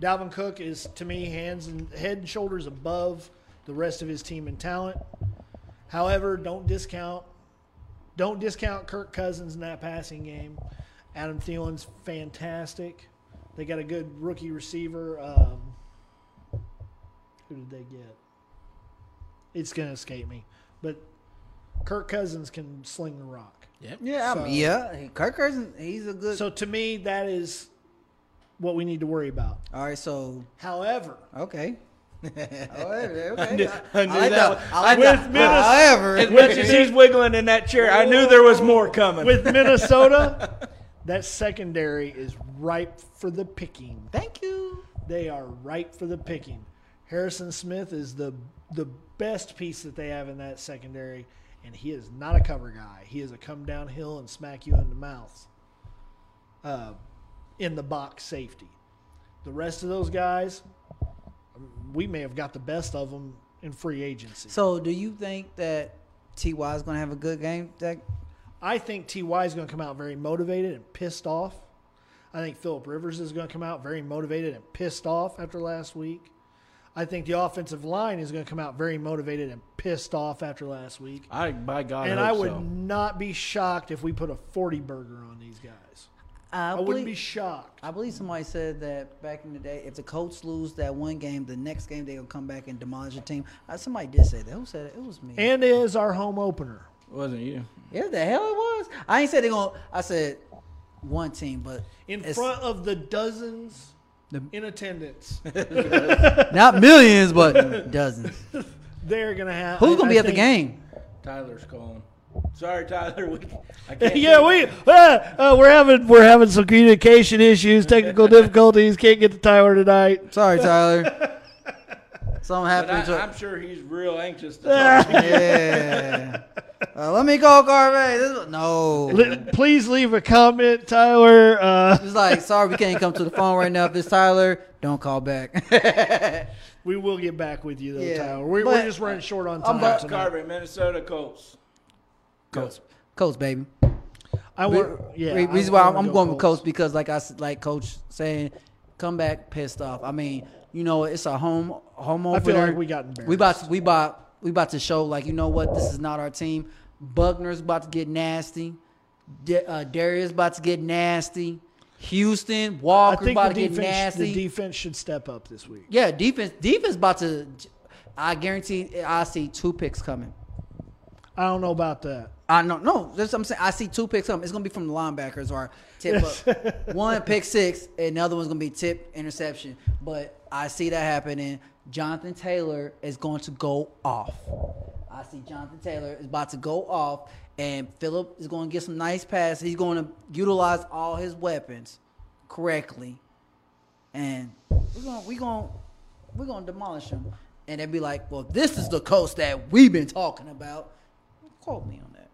Dalvin Cook is to me hands and head and shoulders above the rest of his team in talent. However, don't discount don't discount Kirk Cousins in that passing game. Adam Thielen's fantastic. They got a good rookie receiver. Um, who did they get? It's gonna escape me, but Kirk Cousins can sling the rock. Yep. Yeah. So- I'm, yeah. Kirk Cousins, he's a good. So to me, that is what we need to worry about. all right. So However, okay. *laughs* Oh, However, okay. knew- I knew like that the- was- I like with the- Minnes- However, As much as he's wiggling in that chair, I knew there was more coming. with Minnesota, that secondary is ripe for the picking. *laughs* thank you. They are ripe for the picking. Harrison Smith is the the best piece that they have in that secondary, and he is not a cover guy. He is a come downhill and smack you in the mouth, uh, in the box safety. The rest of those guys, um, we may have got the best of them in free agency. So, do you think that Ty is going to have a good game? That I think Ty is going to come out very motivated and pissed off. I think Philip Rivers is going to come out very motivated and pissed off after last week. I think the offensive line is going to come out very motivated and pissed off after last week. I by God. and hope I would so. not be shocked if we put a 40 burger on these guys. I, believe- wouldn't be shocked. I believe somebody said that back in the day, if the Colts lose that one game, the next game they'll come back and demolish the team. Uh, somebody did say that. Who said it? It was me. And it is our home opener. Wasn't you? yeah, the hell it was. I ain't said they're going. to I said one team, but In it's front of the dozens The- in attendance, *laughs* not millions, but dozens. *laughs* they're going to have. Who's I- going I to be at the think- game? Tyler's calling. Sorry, Tyler. *laughs* We, *laughs* I can't yeah, we uh, uh, we're having we're having some communication *laughs* issues, technical difficulties. Can't get to Tyler tonight. Sorry, Tyler. Something But happened. I, to I'm sure he's real anxious *laughs* to talk. to you. *laughs* yeah. Uh, let me call Carvey. This is- No. Li- please leave a comment, Tyler. Uh, It's like, sorry, we can't come to the phone right now. If it's Tyler, don't call back. *laughs* we will get back with you though, Yeah, Tyler. We're, but- we're just running short on I'm time Buck tonight. Carver, Minnesota Colts. Coach, Coach, baby. I want, yeah. Re- I- reason I why I'm, wanna go going with Colts. Coach because, like I s- like Coach saying, come back pissed off. I mean, you know, it's a home home I feel opener. like we got embarrassed. we about to, we about we about to show like you know what this is not our team. Buckner's about to get nasty. Da- uh, Darius about to get nasty. Houston Walker about to the get defense, nasty. the defense should step up this week. yeah, defense defense about to. I guarantee I see two picks coming. I don't know about that. I know, no, that's what I'm saying. I see two picks coming. It's gonna be from the linebackers or tip up. One pick six, and the other one's gonna be tip interception. But I see that happening. Jonathan Taylor is going to go off. I see Jonathan Taylor is about to go off, and Phillip is going to get some nice passes. He's going to utilize all his weapons correctly, and we're gonna we gonna we're gonna demolish him. And they'd be like, "Well, this is the coach that we've been talking about." Quote me on that.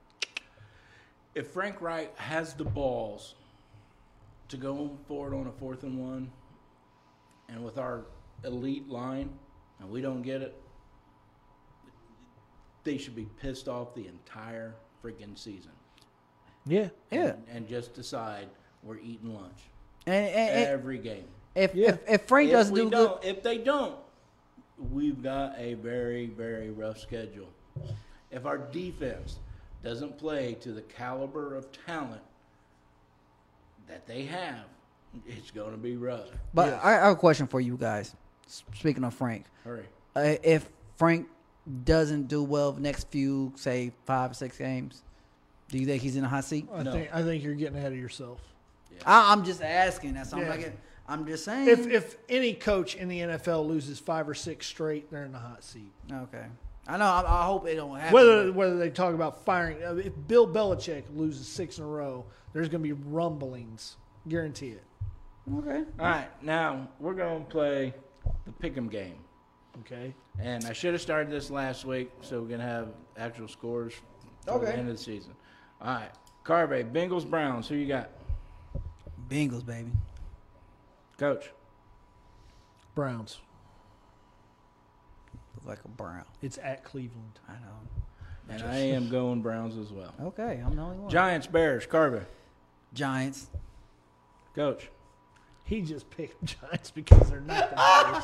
If Frank Wright has the balls to go forward on a fourth and one, and with our elite line, and we don't get it, they should be pissed off the entire freaking season. Yeah. Yeah. And, and just decide we're eating lunch And, and, and every game. if, Yeah. if if Frank If doesn't we do good, don't, if they don't, we've got a very very rough schedule. If our defense doesn't play to the caliber of talent that they have, it's going to be rough. but I, I have a question for you guys. S- Speaking of Frank, Hurry. uh, if Frank doesn't do well the next few, say five six games, do you think he's in a hot seat? I No. think I think you're getting ahead of yourself. I, I'm just asking. That's I'm Yeah. like, I'm just saying. If if any coach in the NFL loses five or six straight, they're in the hot seat. okay, I know. I, I hope it don't happen. Whether whether they talk about firing, uh, if Bill Belichick loses six in a row, there's going to be rumblings. Guarantee it. okay, All right, now we're going to play the pick'em game, Okay. and I should have started this last week, so we're going to have actual scores for Okay. the end of the season. All right, Carvey, Bengals, Browns. Who you got, Bengals, baby. Coach? Browns. Look like a brown. It's at Cleveland. I know. And I am going Browns as well. Okay, I'm the only one. Giants, Bears, Carvey, Giants. Coach. He just picked Giants because they're not the Bears.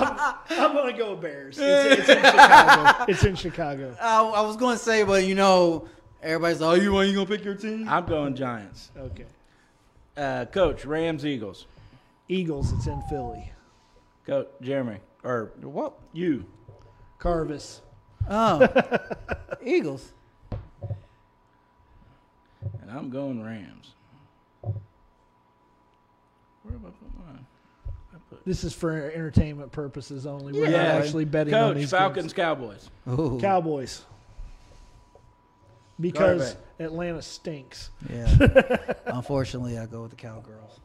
I'm, I'm going to go Bears. It's, *laughs* it's in Chicago. It's in Chicago. I, I was going to say, but you know, everybody's like, oh, you ain't going to pick your team? I'm going Giants. Okay. Uh, Coach Rams Eagles. Eagles. It's in Philly. Coach Jeremy or What? you? Carvis. Oh, *laughs* Eagles. And I'm going Rams. Where have I put mine? I put This is for entertainment purposes only. We're Yeah. not actually betting Coach on these Falcons games. Cowboys. Ooh. Cowboys. Because Carve Atlanta stinks. Yeah. Unfortunately, I go with the Cowgirls.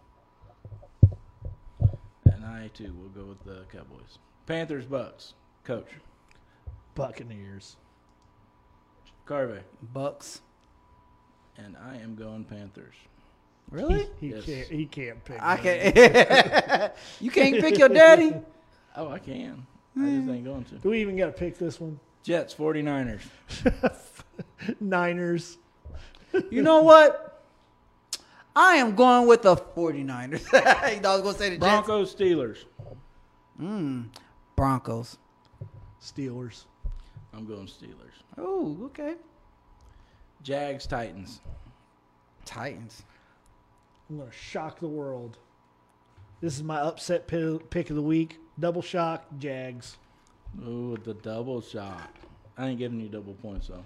And I too will go with the Cowboys. Panthers Bucks. Coach Buccaneers. Carvey. Bucks. And I am going Panthers. Really? He, he Yes. can't. He can't *laughs* pick. I them. can't. *laughs* you can't pick your daddy? Oh, I can. I just ain't going to. Do we even got to pick this one? *laughs* Jets 49ers. Niners. You know what? I am going with the 49ers. *laughs* I was going to say the Jets. Broncos Steelers. Mm, Broncos. Steelers. I'm going Steelers. Oh, okay. Jags Titans. Titans. I'm going to shock the world. This is my upset pi- pick of the week. Double shock, Jags. Ooh, the double shot. I ain't giving you double points *laughs* though.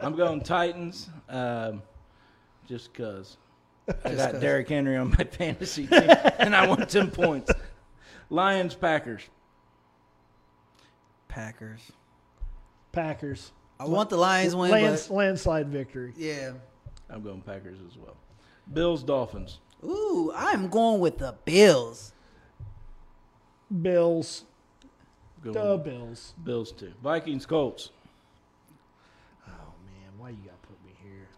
I'm going Titans, um, just cause I Just got 'cause. Derrick Henry on my *laughs* fantasy team, and I want ten points. Lions, Packers. Packers. Packers. I want the Lions win, Lands- but landslide victory. yeah. I'm going Packers as well. Bills, Dolphins. Ooh, I'm going with the Bills. Bills. Going The Bills. Bills too. Vikings, Colts. Oh, man. Why you got to put me here?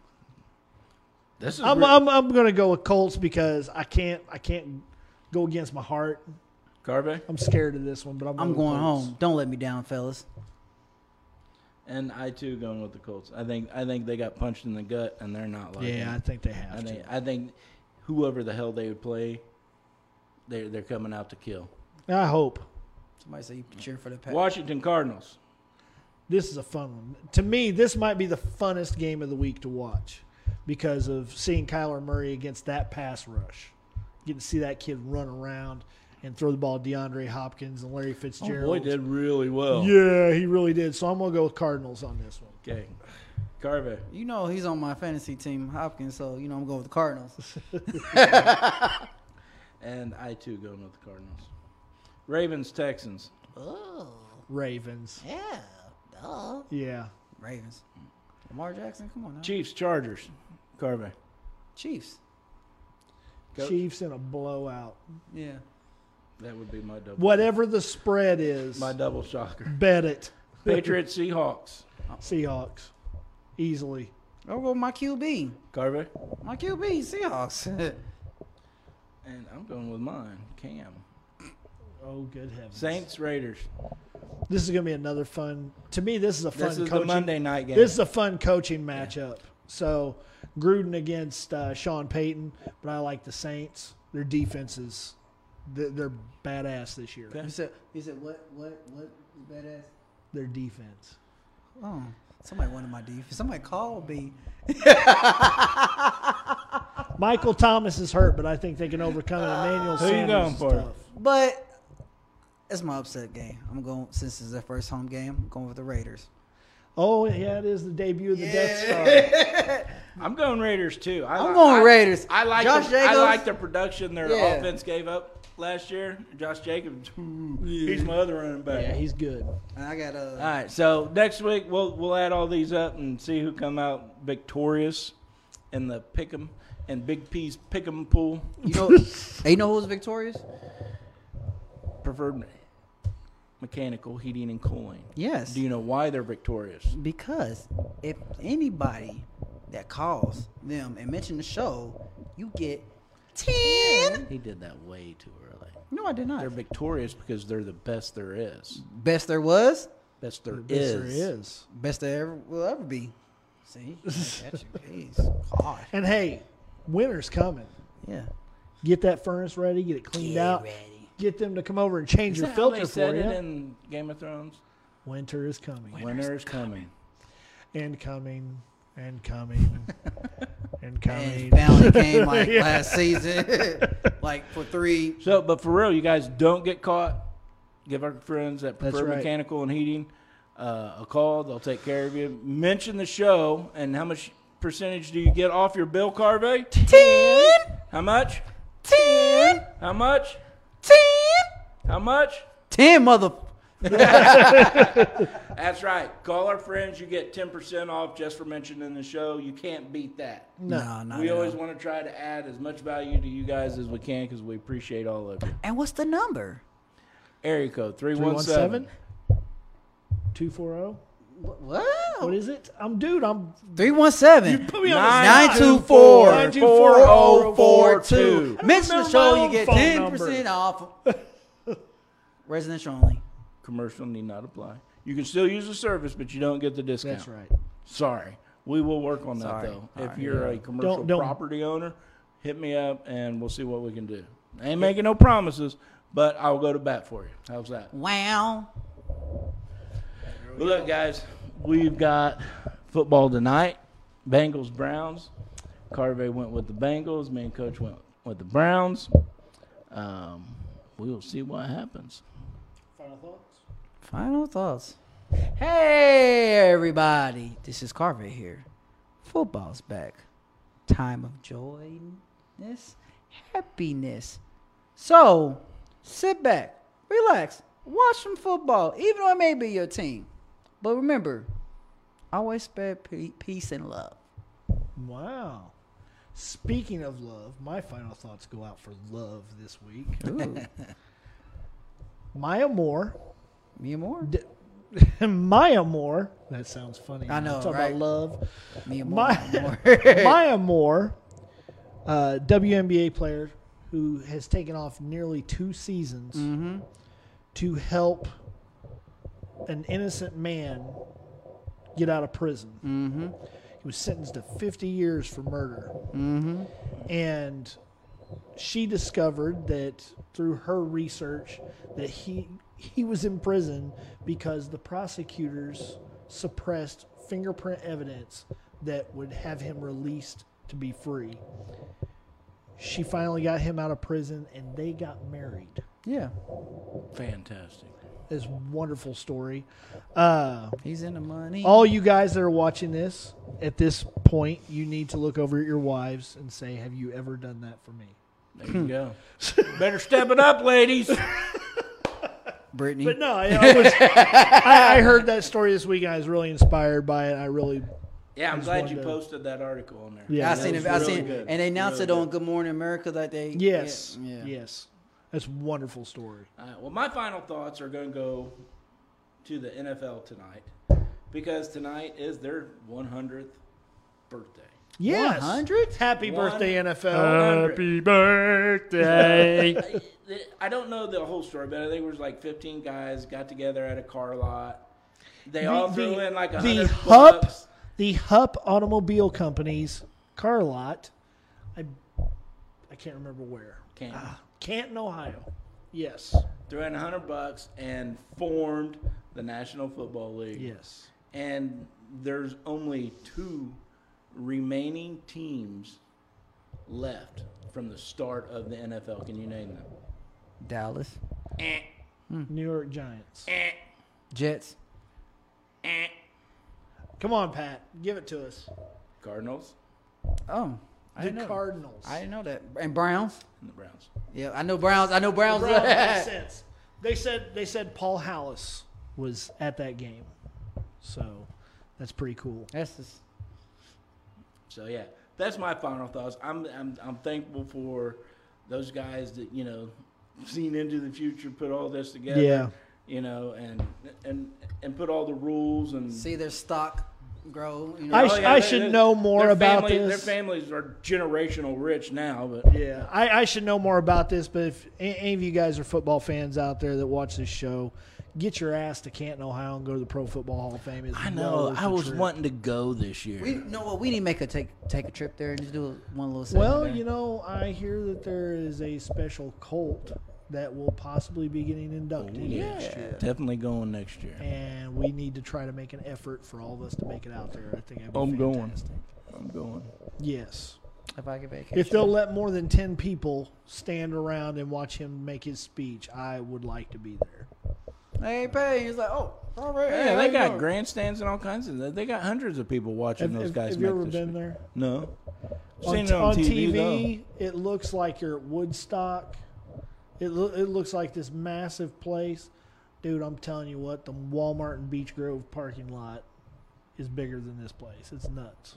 This is I'm, re- I'm, I'm going to go with Colts because I can't I can't go against my heart. Carve, I'm scared of this one, but I'm, I'm with going Colts. home. Don't let me down, fellas. and I too going with the Colts. I think I think they got punched in the gut, and they're not like Yeah, I think they I have to. think I think whoever the hell they would play, they they're coming out to kill. I hope. Somebody say you cheer for the Packers. Washington Cardinals. This is a fun one. To me, this might be the funnest game of the week to watch because of seeing Kyler Murray against that pass rush. Getting to see that kid run around and throw the ball to DeAndre Hopkins and Larry Fitzgerald. Oh, Boy, did really well. Yeah, he really did. So I'm going to go with Cardinals on this one. Okay. Carver. You know he's on my fantasy team, Hopkins. So you know I'm going with the *laughs* Cardinals. And I too going with the Cardinals. Ravens, Texans. oh Ravens. yeah, duh. Yeah. Ravens. Lamar Jackson, come on now. Chiefs, Chargers. Carver. Chiefs. Go. Chiefs in a blowout. Yeah. That would be my double. Whatever the spread is, My double shocker. bet it. Patriots, Seahawks. Seahawks. Easily. I'll go with my QB. Carver. My QB, Seahawks. *laughs* And I'm going with mine, Cam. Oh, good heavens. Saints, Raiders. This is going to be another fun. To me, this is a fun This is the coaching. Monday night game. This is a fun coaching matchup. So Gruden against uh, Sean Payton, but I like the Saints. Their defense is they're, they're badass this year. Okay. you said you said what what what badass? Their defense. Oh, somebody wanted my defense. Somebody called me. Michael Thomas is hurt, but I think they can overcome it. Emmanuel Who you Sanders going is for? tough. But it's my upset game. I'm going since it's their first home game. I'm going with the Raiders. Oh yeah, it is the debut of the Death Star. I'm going Raiders too. I *laughs* I'm li- going I- Raiders. I like Josh the, I Jacobs? like the production their Yeah. offense gave up last year. Josh Jacobs. He's my other running *laughs* back. Yeah, he's good. And I got All uh, right, so next week we'll we'll add all these up and see who come out victorious in the pick'em and Big P's pick'em pool. *laughs* you know, hey, you know who's victorious? Preferred me- mechanical heating and cooling. Yes. Do you know why they're victorious? Because if anybody that calls them and mention the show, you get ten. He did that way too early. No, I did not. They're victorious because they're the best there is. Best there was. Best there is. Yes, there is. Best there ever will ever be. See, I got you. Jeez, God. And hey, winter's coming. Yeah. Get that furnace ready. Get it cleaned Get out. ready. Get them to come over and change Is your that how filter they for said you. it in Game of Thrones? Winter is coming. Winter is coming. and coming and coming and *laughs* coming. And finally came like last season, *laughs* like for three. So, but for real, you guys don't get caught. Give our friends at That's Preferred right. Mechanical and Heating uh, a call. They'll take care of you. Mention the show and how much percentage do you get off your bill, Carvey? Ten. How much? Ten. How much? Ten. How much? Ten, mother. That's right. Call our friends. You get 10% off just for mentioning the show. You can't beat that. No, no. not we at always all. want to try to add as much value to you guys as we can because we appreciate all of you. And what's the number? Area code 317 317. 240. What? oh? What is it? I'm dude. I'm Three one seven. put me on the Nine- spot. 924 4042. Mention the oh remember show, my you own get phone ten percent number. off. *laughs* Residential only. Commercial need not apply. You can still use the service, but you don't get the discount. That's right. Sorry. We will work on that Sorry. though. All if right. you're a commercial Don't- don't- property owner, hit me up and we'll see what we can do. I ain't making no promises, but I'll go to bat for you. How's that? Wow. But look, guys, we've got football tonight. Bengals Browns. Carvey went with the Bengals. Me and Coach went with the Browns. Um, we will see what happens. Final thoughts. Final thoughts. Hey, everybody. This is Carver here. Football's back. Time of joyness, happiness. So, sit back, relax, watch some football, even though it may be your team. But remember, always spread pe- peace and love. Wow. Speaking of love, my final thoughts go out for love this week. Ooh, *laughs* Maya Moore. *laughs* me and more. D- Maya Moore. That sounds funny. I know, Talk right? about love. Me and more. My, *laughs* *laughs* Maya Moore, uh, WNBA player who has taken off nearly two seasons mm-hmm. to help an innocent man get out of prison. Mm-hmm. He was sentenced to 50 years for murder. Mm-hmm. And she discovered that through her research that he he was in prison because the prosecutors suppressed fingerprint evidence that would have him released to be free. She finally got him out of prison and they got married. Yeah, Fantastic. This wonderful story. Uh, he's in the money. all you guys that are watching this at this point, you need to look over at your wives and say, "Have you ever done that for me?" There *clears throat* you go. Better step it up, ladies. Brittany. But no, I, I, was, I, I heard that story this week. And I was really inspired by it. I really, Yeah, I'm Just glad wanted you to- posted that article on there. Yeah, I that seen was it. I really seen, good. and they announced Really it on Good Morning America that day. yes, yeah, yeah. yes, that's a wonderful story. All right, well, my final thoughts are going to go to the NFL tonight because tonight is their 100th birthday. Yes, 100? Happy One birthday, NFL. Happy birthday. I, I don't know the whole story, but I think it was like 15 guys got together at a car lot. They all The- threw the- in like a the hundred Hup- bucks. the Hup Automobile Company's car lot. I, I can't remember where. Can't. Ah, Canton, Ohio. Yes, Threw in a hundred bucks and formed the National Football League. yes. and there's only two remaining teams left from the start of the NFL. Can you name them? Dallas New York Giants. Jets. Come on, Pat, give it to us. Cardinals Oh, I The didn't know. Cardinals. I didn't know that. And Browns. and the Browns. Yeah, I know Browns. I know Browns. Brown makes sense. They said they said Paul Hallis was at that game, so that's pretty cool. *laughs* That's just, So yeah, that's my final thoughts. I'm I'm I'm thankful for those guys that you know *laughs* seen into the future, put all this together. Yeah. You know, and and and put all the rules and. see their stock grow. You know, I Oh, sh- yeah, they- should they- know more their about family- this. Their families are generational rich now, but Yeah, I, I should know more about this, but if a- any of you guys are football fans out there that watch this show, get your ass to Canton, Ohio, and go to the Pro Football Hall of Fame. It's I well know worth I the was trip. wanting to go this year. we you know what we need to make a take take a trip there and just do a, one little. segment Well, there. you know, I hear that there is a special cult that will possibly be getting inducted next year. Definitely going next year. and we need to try to make an effort for all of us to make it out there. I think that'd be I'm going. fantastic. I'm going. Yes, if I could vacation. if they'll let more than ten people stand around and watch him make his speech, I would like to be there. hey, pay. He's like, oh, all right. hey, Yeah, how they you got doing? grandstands and all kinds of that. They got hundreds of people watching Have, those have- guys. have make you ever this been video. there? No. On, Seen it t- on TV, though. it looks like you're at Woodstock. It loo- it looks like this massive place, dude. I'm telling you what, the Walmart and Beach Grove parking lot is bigger than this place. It's nuts.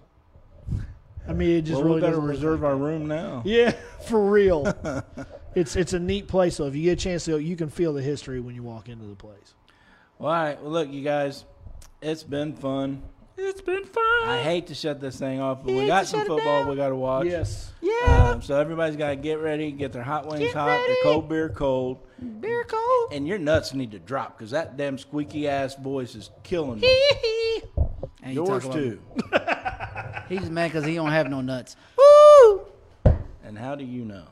I mean, it just Well, really we better doesn't look reserve our room now. *laughs* Yeah, for real. *laughs* it's it's a neat place. So if you get a chance to go, you can feel the history when you walk into the place. Well, all right. Well, look, you guys, it's been fun. It's been fun. I hate to shut this thing off, but You we hate got to some shut it football down. we got to watch. Yes. Yeah, Um, so everybody's got to get ready, get their hot wings Get hot, their ready. cold beer cold, beer cold. *laughs* and your nuts need to drop because that damn squeaky ass voice is killing me. And you Yours talk about- too. He's mad because he don't have no *laughs* nuts. Woo! *laughs* And how do you know?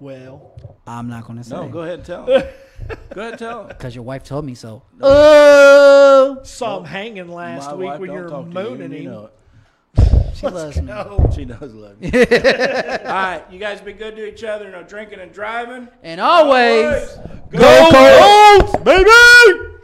Well, I'm not gonna say. No, go ahead and tell *laughs* him. go ahead and tell him. Because your wife told me so. Oh, saw him hanging last My week wife when don't you're talk to moaning Oh. you, you him. know she loves me. it. She does love *laughs* you. All right, you guys be good to each other. No drinking and driving. And always, Always. Go Colts, baby!